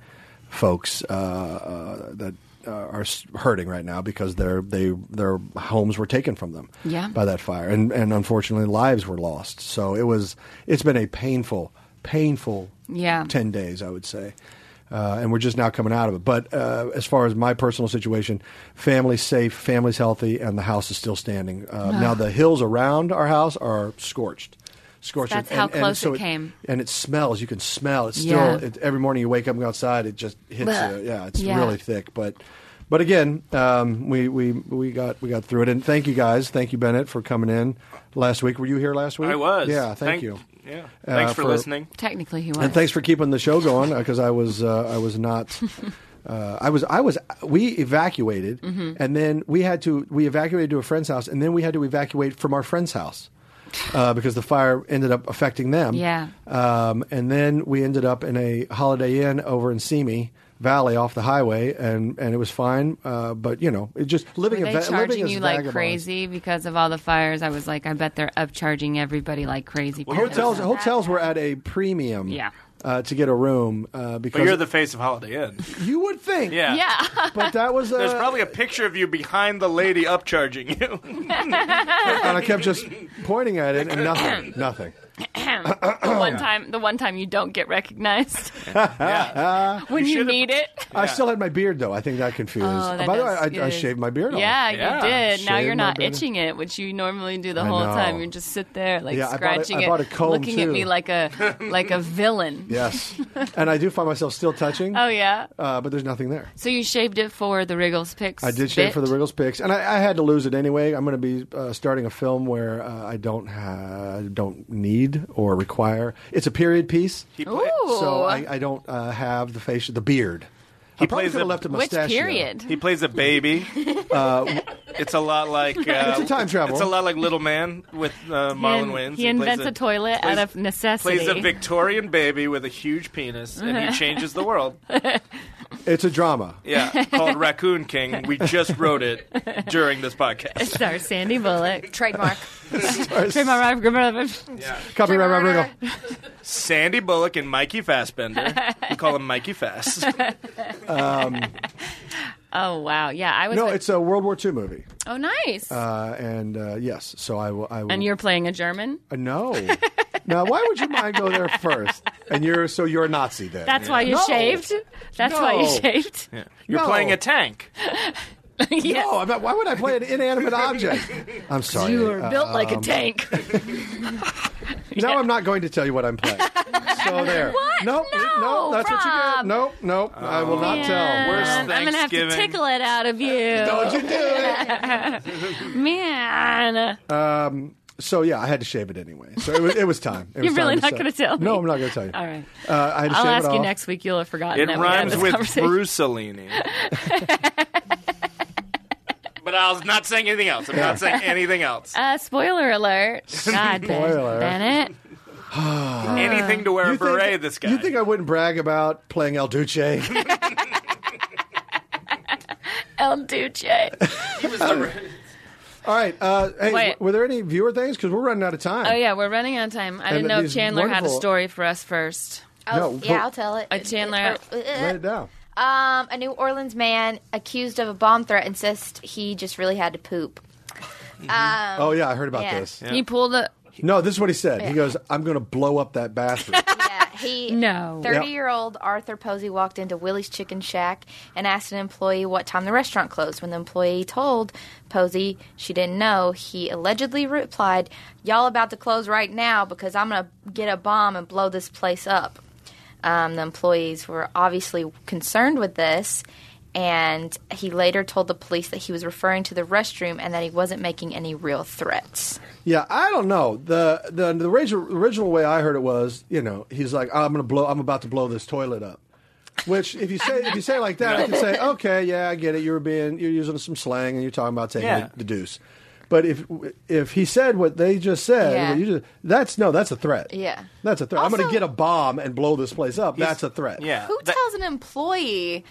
Speaker 2: folks uh, uh, that uh, are s- hurting right now because their they their homes were taken from them
Speaker 1: Yeah.
Speaker 2: by that fire, and and unfortunately lives were lost. So it was it's been a painful, painful
Speaker 1: Yeah.
Speaker 2: 10 days, I would say. Uh, and we're just now coming out of it. But uh, as far as my personal situation, family's safe, family's healthy, and the house is still standing. Uh, Now the hills around our house are scorched. Scorched.
Speaker 1: That's how close it came.
Speaker 2: And it smells. You can smell. It's still,
Speaker 1: Yeah.
Speaker 2: it, every morning you wake up and go outside, it just hits
Speaker 1: Blech.
Speaker 2: you. Yeah, it's
Speaker 1: Yeah.
Speaker 2: really thick. But but again, um, we, we, we, got, we got through it. And thank you guys. Thank you, Bennett, for coming in last week. Were you here last week?
Speaker 8: I was.
Speaker 2: Yeah, thank, you.
Speaker 8: Yeah. Thanks for,
Speaker 2: for-
Speaker 8: listening.
Speaker 1: Technically, he was.
Speaker 2: And thanks for keeping the show going because I was uh, I was not. Uh, I was I was we
Speaker 1: Mm-hmm.
Speaker 2: evacuated and then we had to we evacuated to a friend's house and then we had to evacuate from our friend's house. uh, because the fire ended up affecting them.
Speaker 1: Yeah.
Speaker 2: Um, and then we ended up in a Holiday Inn over in Simi Valley off the highway, and, and it was fine. Uh, but you know, it just living
Speaker 1: Were
Speaker 2: a
Speaker 1: they
Speaker 2: va- living
Speaker 1: charging
Speaker 2: as
Speaker 1: you like
Speaker 2: vagabonds.
Speaker 1: crazy because of all the fires? I was like, I bet they're upcharging everybody like crazy. for this.
Speaker 2: Hotels hotels were at a premium.
Speaker 1: Yeah.
Speaker 2: Uh, to get a room uh, because
Speaker 3: But you're the face of Holiday Inn.
Speaker 2: you would think.
Speaker 3: Yeah.
Speaker 1: Yeah.
Speaker 2: But that was uh,
Speaker 3: There's probably a picture of you behind the lady upcharging you.
Speaker 2: and I kept just pointing at it and nothing, nothing.
Speaker 1: the one time, the one time you don't get recognized when you,
Speaker 3: should've-
Speaker 1: need it.
Speaker 2: I still had my beard though. I think that confused.
Speaker 1: Oh, that
Speaker 2: By the way,
Speaker 1: does-
Speaker 2: I,
Speaker 1: it
Speaker 2: I
Speaker 1: is-
Speaker 2: shaved my beard. off.
Speaker 1: Yeah,
Speaker 3: Yeah.
Speaker 1: you did. Now
Speaker 2: Shave
Speaker 1: you're
Speaker 2: my
Speaker 1: not
Speaker 2: beard.
Speaker 1: itching it, which you normally do the
Speaker 2: I
Speaker 1: whole
Speaker 2: know.
Speaker 1: time. You just sit there like
Speaker 2: Yeah, I bought a-
Speaker 1: scratching
Speaker 2: I
Speaker 1: it,
Speaker 2: bought a comb,
Speaker 1: looking at
Speaker 2: too.
Speaker 1: me like a like a villain.
Speaker 2: Yes, and I do find myself still touching.
Speaker 1: Oh yeah.
Speaker 2: Uh, but there's nothing there.
Speaker 1: So you shaved it for the Wriggles picks.
Speaker 2: I did shave
Speaker 1: bit?
Speaker 2: for the Wriggles picks, and I, I had to lose it anyway. I'm going to be uh, starting a film where uh, I don't ha- don't need or require. It's a period piece,
Speaker 1: Ooh.
Speaker 2: so I, I don't uh, have the facial, the beard. I probably
Speaker 3: plays
Speaker 2: could have
Speaker 3: a-
Speaker 2: left a
Speaker 1: Which
Speaker 2: mustache.
Speaker 1: period?
Speaker 3: He plays a baby. it's a lot like uh,
Speaker 2: It's a time travel.
Speaker 3: It's a lot like Little Man with uh, Marlon
Speaker 1: in-
Speaker 3: Wayans.
Speaker 1: he
Speaker 3: plays
Speaker 1: invents a toilet out of necessity.
Speaker 3: Plays a Victorian baby with a huge penis, and he changes the world.
Speaker 2: It's a drama.
Speaker 3: Yeah, called Raccoon King. We just wrote it during this podcast.
Speaker 1: Star Sandy Bullock.
Speaker 5: Trademark.
Speaker 1: Trademark Rivera-
Speaker 2: Copyright Rob Riggle.
Speaker 3: Sandy Bullock and Mikey Fassbender. We call him Mikey Fass.
Speaker 1: oh wow, yeah, I was.
Speaker 2: No,
Speaker 1: with-
Speaker 2: it's a World War II movie,
Speaker 1: oh nice.
Speaker 2: uh, and uh, yes, so I will. I will
Speaker 1: and you're playing a German.
Speaker 2: Uh, no. now, why would your mind go there first? And you're so you're a Nazi then.
Speaker 1: That's why you
Speaker 2: No.
Speaker 1: shaved. That's why you
Speaker 2: No.
Speaker 1: shaved.
Speaker 3: You're
Speaker 2: No.
Speaker 3: playing a tank.
Speaker 1: yes.
Speaker 2: No, I'm not, why would I play an inanimate object? I'm sorry.
Speaker 1: You were
Speaker 2: Uh,
Speaker 1: built like a tank.
Speaker 2: now I'm not going to tell you what I'm playing. So there.
Speaker 1: What?
Speaker 2: Nope.
Speaker 1: No,
Speaker 2: nope. That's what you
Speaker 1: Rob.
Speaker 2: did. Nope. Nope. I will not tell.
Speaker 3: Worst
Speaker 1: Man, I'm gonna have to
Speaker 3: Thanksgiving.
Speaker 1: tickle it out of you,
Speaker 2: Don't you do it.
Speaker 1: man.
Speaker 2: So yeah, I had to shave it anyway. So it was, it was time. It was
Speaker 1: You're really
Speaker 2: time
Speaker 1: not
Speaker 2: say-
Speaker 1: gonna tell me?
Speaker 2: No, I'm not going to tell you.
Speaker 1: All right.
Speaker 2: Uh, I had to
Speaker 1: I'll
Speaker 2: shave
Speaker 1: ask
Speaker 2: it
Speaker 1: you
Speaker 2: off.
Speaker 1: next week. You'll have forgotten.
Speaker 3: It
Speaker 1: that we had
Speaker 3: rhymes
Speaker 1: this
Speaker 3: with
Speaker 1: conversation.
Speaker 3: Brucellini. but I was not saying anything else. I'm not saying anything else.
Speaker 1: Uh, spoiler alert. God, Ben-
Speaker 2: Spoiler.
Speaker 1: Bennett.
Speaker 3: Uh, anything to wear a
Speaker 2: You think-
Speaker 3: beret. this guy.
Speaker 2: You think I wouldn't brag about playing El Duce?
Speaker 1: El Duce.
Speaker 2: All right. Uh, hey,
Speaker 1: Wait.
Speaker 2: w- were there any viewer things? Because we're running out of time.
Speaker 1: Oh yeah, we're running out of time. I didn't
Speaker 2: And
Speaker 1: know if
Speaker 2: these
Speaker 1: Chandler had a
Speaker 2: wonderful-
Speaker 1: story for us first.
Speaker 5: I'll,
Speaker 2: No, but-
Speaker 5: yeah, I'll tell it. uh,
Speaker 1: A Chandler-
Speaker 2: Lay it down.
Speaker 5: Um, a New Orleans man accused of a bomb threat insists he just really had to poop.
Speaker 2: Oh yeah, I heard about
Speaker 5: Um, Yeah.
Speaker 2: this.
Speaker 1: He pulled a
Speaker 2: No, this is what he said. He goes, "I'm going to blow up that bathroom."
Speaker 5: Yeah, he
Speaker 1: No.
Speaker 5: thirty-year-old Arthur Posey walked into Willie's Chicken Shack and asked an employee what time the restaurant closed. When the employee told Posey she didn't know, he allegedly replied, "Y'all about to close right now because I'm gonna get a bomb and blow this place up." Um, the employees were obviously concerned with this. And he later told the police that he was referring to the restroom and that he wasn't making any real threats.
Speaker 2: yeah, I don't know. the the The original, original way I heard it was, you know, he's like, "I'm going to blow. I'm about to blow this toilet up." Which, if you say if you say it like that, I can say, "Okay, yeah, I get it. You're being you're using some slang and you're talking about taking
Speaker 3: Yeah.
Speaker 2: the, the deuce." But if if he said what they just said,
Speaker 5: Yeah.
Speaker 2: what you just, that's no, that's a threat.
Speaker 5: Yeah.
Speaker 2: that's a threat. I'm going to
Speaker 5: Also-
Speaker 2: get a bomb and blow this place up. That's a threat.
Speaker 3: Yeah.
Speaker 5: Who
Speaker 3: That-
Speaker 5: tells an employee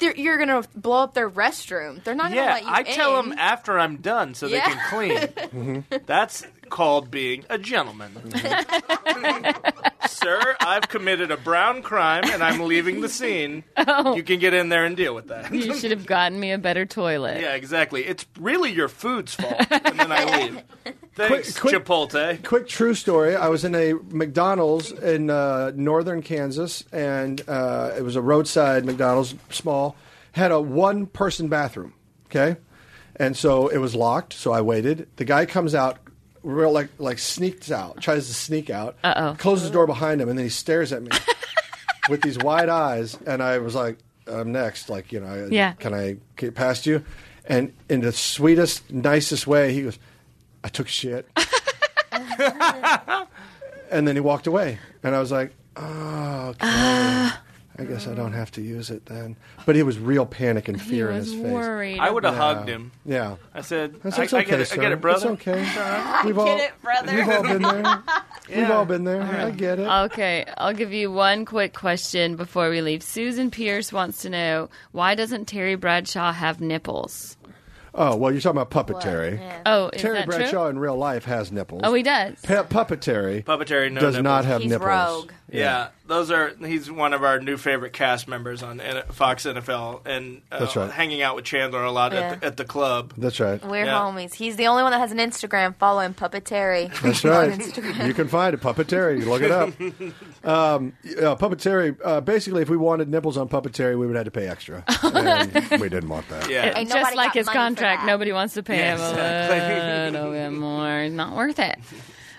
Speaker 5: they're, you're going to blow up their restroom? They're not
Speaker 3: Yeah,
Speaker 5: going to
Speaker 3: I
Speaker 5: let you
Speaker 3: tell
Speaker 5: in.
Speaker 3: them after I'm done so
Speaker 5: Yeah.
Speaker 3: they can clean.
Speaker 2: Mm-hmm.
Speaker 3: That's called being a gentleman.
Speaker 5: Mm-hmm.
Speaker 3: Sir, I've committed a brown crime and I'm leaving the scene.
Speaker 5: Oh.
Speaker 3: You can get in there and deal with that.
Speaker 1: You should have gotten me a better toilet.
Speaker 3: yeah, exactly. It's really your food's fault. And then I leave. Thanks,
Speaker 2: quick-
Speaker 3: Chipotle.
Speaker 2: quick true story. I was in a McDonald's in uh, northern Kansas, and uh, it was a roadside McDonald's, small, had a one person bathroom. Okay, and so it was locked. So I waited. The guy comes out, real like like sneaks out, tries to sneak out,
Speaker 1: Uh-oh.
Speaker 2: closes the door behind him, and then he stares at me with these wide eyes, and I was like, "I'm next." Like you know, I,
Speaker 1: Yeah.
Speaker 2: Can I get past you? And in the sweetest, nicest way, he goes, "I took shit."
Speaker 1: Ah.
Speaker 2: and then he walked away, and I was like, "Oh, okay." I guess I don't have to use it then. But it was real panic and fear in
Speaker 1: was
Speaker 2: his face.
Speaker 1: worried
Speaker 3: I would have
Speaker 2: Yeah.
Speaker 3: hugged him.
Speaker 2: Yeah.
Speaker 3: I said,
Speaker 2: That's,
Speaker 3: I,
Speaker 2: it's
Speaker 3: I
Speaker 2: okay,
Speaker 3: get it,
Speaker 2: sir.
Speaker 3: I get it, brother.
Speaker 2: It's okay. We've
Speaker 5: I
Speaker 2: all,
Speaker 5: get it, brother.
Speaker 2: We've all been there. We've all been there.
Speaker 1: Uh-huh.
Speaker 2: I get
Speaker 1: Uh,
Speaker 2: it.
Speaker 1: Okay, I'll give you one quick question before we leave. Susan Pierce wants to know why doesn't Terry Bradshaw have nipples?
Speaker 2: oh, well, you're talking about puppetary.
Speaker 5: Yeah.
Speaker 1: Oh, is
Speaker 2: Terry
Speaker 1: that
Speaker 2: Bradshaw
Speaker 1: true?
Speaker 2: in real life has nipples.
Speaker 1: Oh, he does.
Speaker 2: Pe- puppetary
Speaker 3: Puppetary, no
Speaker 2: does
Speaker 3: nipples.
Speaker 2: not have
Speaker 5: He's
Speaker 2: nipples.
Speaker 5: rogue.
Speaker 3: Yeah. those are. He's one of our new favorite cast members on N- Fox NFL, and uh,
Speaker 2: That's right.
Speaker 3: hanging out with Chandler a lot
Speaker 5: Yeah.
Speaker 3: at, the, at the club.
Speaker 2: That's right.
Speaker 5: We're
Speaker 3: Yeah.
Speaker 5: homies. He's the only one that has an Instagram. Follow him, Puppet Terry.
Speaker 2: That's right. You can find it, Puppetary. You look it up. Um, yeah, Puppetary. Uh, basically, if we wanted nipples on Puppetary, we would have to pay extra, and we didn't want that.
Speaker 3: Yeah,
Speaker 5: Ain't
Speaker 1: Just
Speaker 5: nobody
Speaker 1: like
Speaker 5: got
Speaker 1: his
Speaker 5: money for
Speaker 1: contract,
Speaker 5: that.
Speaker 1: nobody wants to pay
Speaker 3: Yeah,
Speaker 1: him a
Speaker 3: exactly.
Speaker 1: little bit more. Not worth it.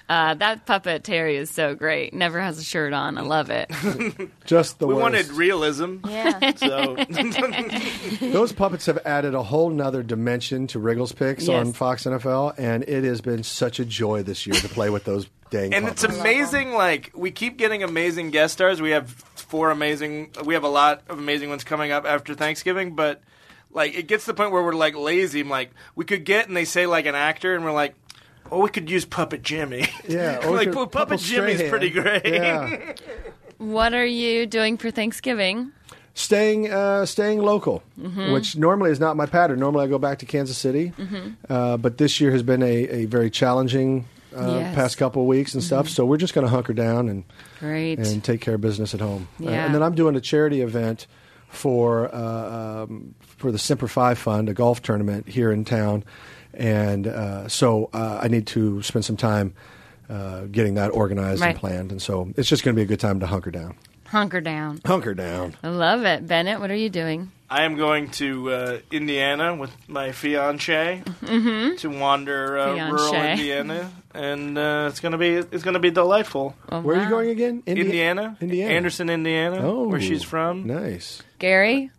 Speaker 1: Uh, that puppet Terry is so great. Never has a shirt on. I love it.
Speaker 2: Just the
Speaker 3: we
Speaker 2: worst.
Speaker 3: wanted realism.
Speaker 5: Yeah.
Speaker 3: So
Speaker 2: Those puppets have added a whole nother dimension to Wriggles Picks
Speaker 1: Yes.
Speaker 2: on Fox NFL, and it has been such a joy this year to play with those dang
Speaker 3: and
Speaker 2: puppets.
Speaker 3: it's amazing. Like we keep getting amazing guest stars. We have four amazing. We have a lot of amazing ones coming up after Thanksgiving, but like it gets to the point where we're like lazy. I'm like, we could get, and they say like an actor, and we're like, oh, we could use Puppet Jimmy.
Speaker 2: Yeah, or we
Speaker 3: like
Speaker 2: could-
Speaker 3: well, Puppet Jimmy's
Speaker 2: Strahan.
Speaker 3: pretty great.
Speaker 2: Yeah.
Speaker 1: What are you doing for Thanksgiving?
Speaker 2: staying uh, staying local,
Speaker 1: Mm-hmm.
Speaker 2: which normally is not my pattern. Normally, I go back to Kansas City,
Speaker 1: Mm-hmm.
Speaker 2: uh, but this year has been a, a very challenging uh,
Speaker 1: Yes. Mm-hmm.
Speaker 2: past couple of weeks and stuff. So we're just going to hunker down and
Speaker 1: Great.
Speaker 2: and take care of business at home. Uh,
Speaker 1: Yeah.
Speaker 2: and then I'm doing a charity event for uh, um, for the Semper Fi Fund, a golf tournament here in town, and uh, so uh, I need to spend some time. Uh, getting that organized
Speaker 1: Right.
Speaker 2: and planned, and so it's just going to be a good time to hunker down.
Speaker 1: Hunker down.
Speaker 2: Hunker down.
Speaker 1: I love it. Bennett, what are you doing?
Speaker 3: I am going to uh, Indiana with my fiance
Speaker 1: Mm-hmm.
Speaker 3: to wander uh,
Speaker 1: Fiancé.
Speaker 3: rural Indiana, and uh, it's gonna be it's gonna be delightful.
Speaker 1: Oh,
Speaker 2: Where are
Speaker 1: wow.
Speaker 2: you going again? Indi-
Speaker 3: Indiana,
Speaker 2: Indiana.
Speaker 3: Anderson, Indiana,
Speaker 2: Oh,
Speaker 3: where she's from.
Speaker 2: Nice.
Speaker 1: Gary?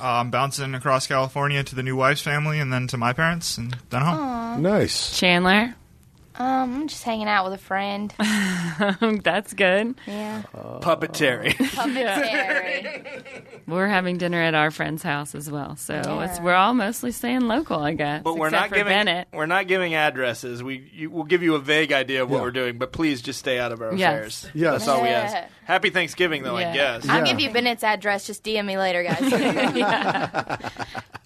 Speaker 6: I'm um, bouncing across California to the new wife's family and then to my parents and then home.
Speaker 2: Nice.
Speaker 1: Chandler?
Speaker 5: Um, I'm just hanging out with a friend.
Speaker 1: Um, That's good.
Speaker 5: Yeah.
Speaker 3: Puppet Terry.
Speaker 5: Puppet Terry.
Speaker 1: We're having dinner at our friend's house as well, so it's,
Speaker 5: Yeah.
Speaker 1: we're all mostly staying local, I guess.
Speaker 3: but we're
Speaker 1: except
Speaker 3: not
Speaker 1: for
Speaker 3: giving
Speaker 1: Bennett.
Speaker 3: we're not giving addresses. We you, we'll give you a vague idea of what
Speaker 2: Yeah.
Speaker 3: we're doing, but please just stay out of our
Speaker 1: Yes.
Speaker 3: affairs.
Speaker 2: Yes.
Speaker 3: that's all we
Speaker 5: Yeah.
Speaker 3: ask. Happy Thanksgiving, though.
Speaker 1: Yeah.
Speaker 3: I guess.
Speaker 5: I'll give you Bennett's address. Just DM me later, guys.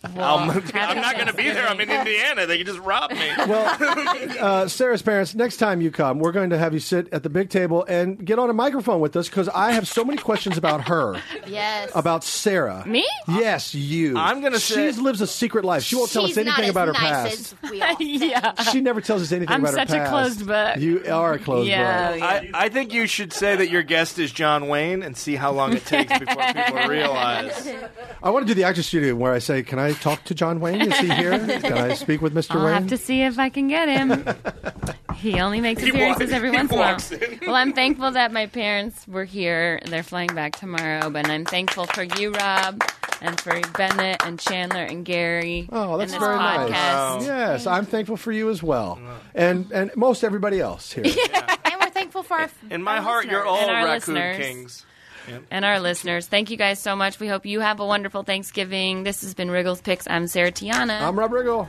Speaker 3: I'm, I'm not going to be there. I'm in Indiana. They can just rob me.
Speaker 2: Uh, Sarah's parents, next time you come, we're going to have you sit at the big table and get on a microphone with us because I have so many questions about her,
Speaker 5: yes.
Speaker 2: about Sarah.
Speaker 1: Me?
Speaker 2: Yes, you.
Speaker 3: I'm gonna
Speaker 2: She
Speaker 3: say-
Speaker 2: lives a secret life. She won't tell
Speaker 5: She's
Speaker 2: us anything
Speaker 5: not as
Speaker 2: about her
Speaker 5: nice
Speaker 2: past.
Speaker 5: As we all think.
Speaker 1: yeah.
Speaker 2: She never tells us anything
Speaker 1: uh, I'm
Speaker 2: about her past.
Speaker 1: such a closed book.
Speaker 2: You are a closed
Speaker 1: Yeah.
Speaker 2: book.
Speaker 3: I, I think you should say that your guest is John Wayne and see how long it takes before people realize.
Speaker 2: I want to do the actor studio where I say, "Can I talk to John Wayne? Is he here? Can I speak with mister
Speaker 1: I'll
Speaker 2: Wayne?"
Speaker 1: have to see if I can get him. he only makes appearances
Speaker 3: walks-
Speaker 1: every
Speaker 3: he
Speaker 1: once in a while.
Speaker 3: walks in.
Speaker 1: Well, I'm thankful that my parents were here. They're flying back tomorrow, but I'm thankful for you, Rob, and for Bennett and Chandler and Gary.
Speaker 2: Oh, that's
Speaker 1: and this
Speaker 2: very
Speaker 1: podcast.
Speaker 2: nice. Yes, I'm thankful for you as well, and and most everybody else here.
Speaker 5: And we're thankful for our.
Speaker 3: In my
Speaker 5: our
Speaker 3: heart, you're
Speaker 5: listeners.
Speaker 3: all
Speaker 1: And our
Speaker 3: raccoon
Speaker 1: listeners.
Speaker 3: kings.
Speaker 1: and our listeners. Thank you guys so much. We hope you have a wonderful Thanksgiving. This has been Wriggles Picks. I'm Sarah Tiana.
Speaker 2: I'm Rob Riggle.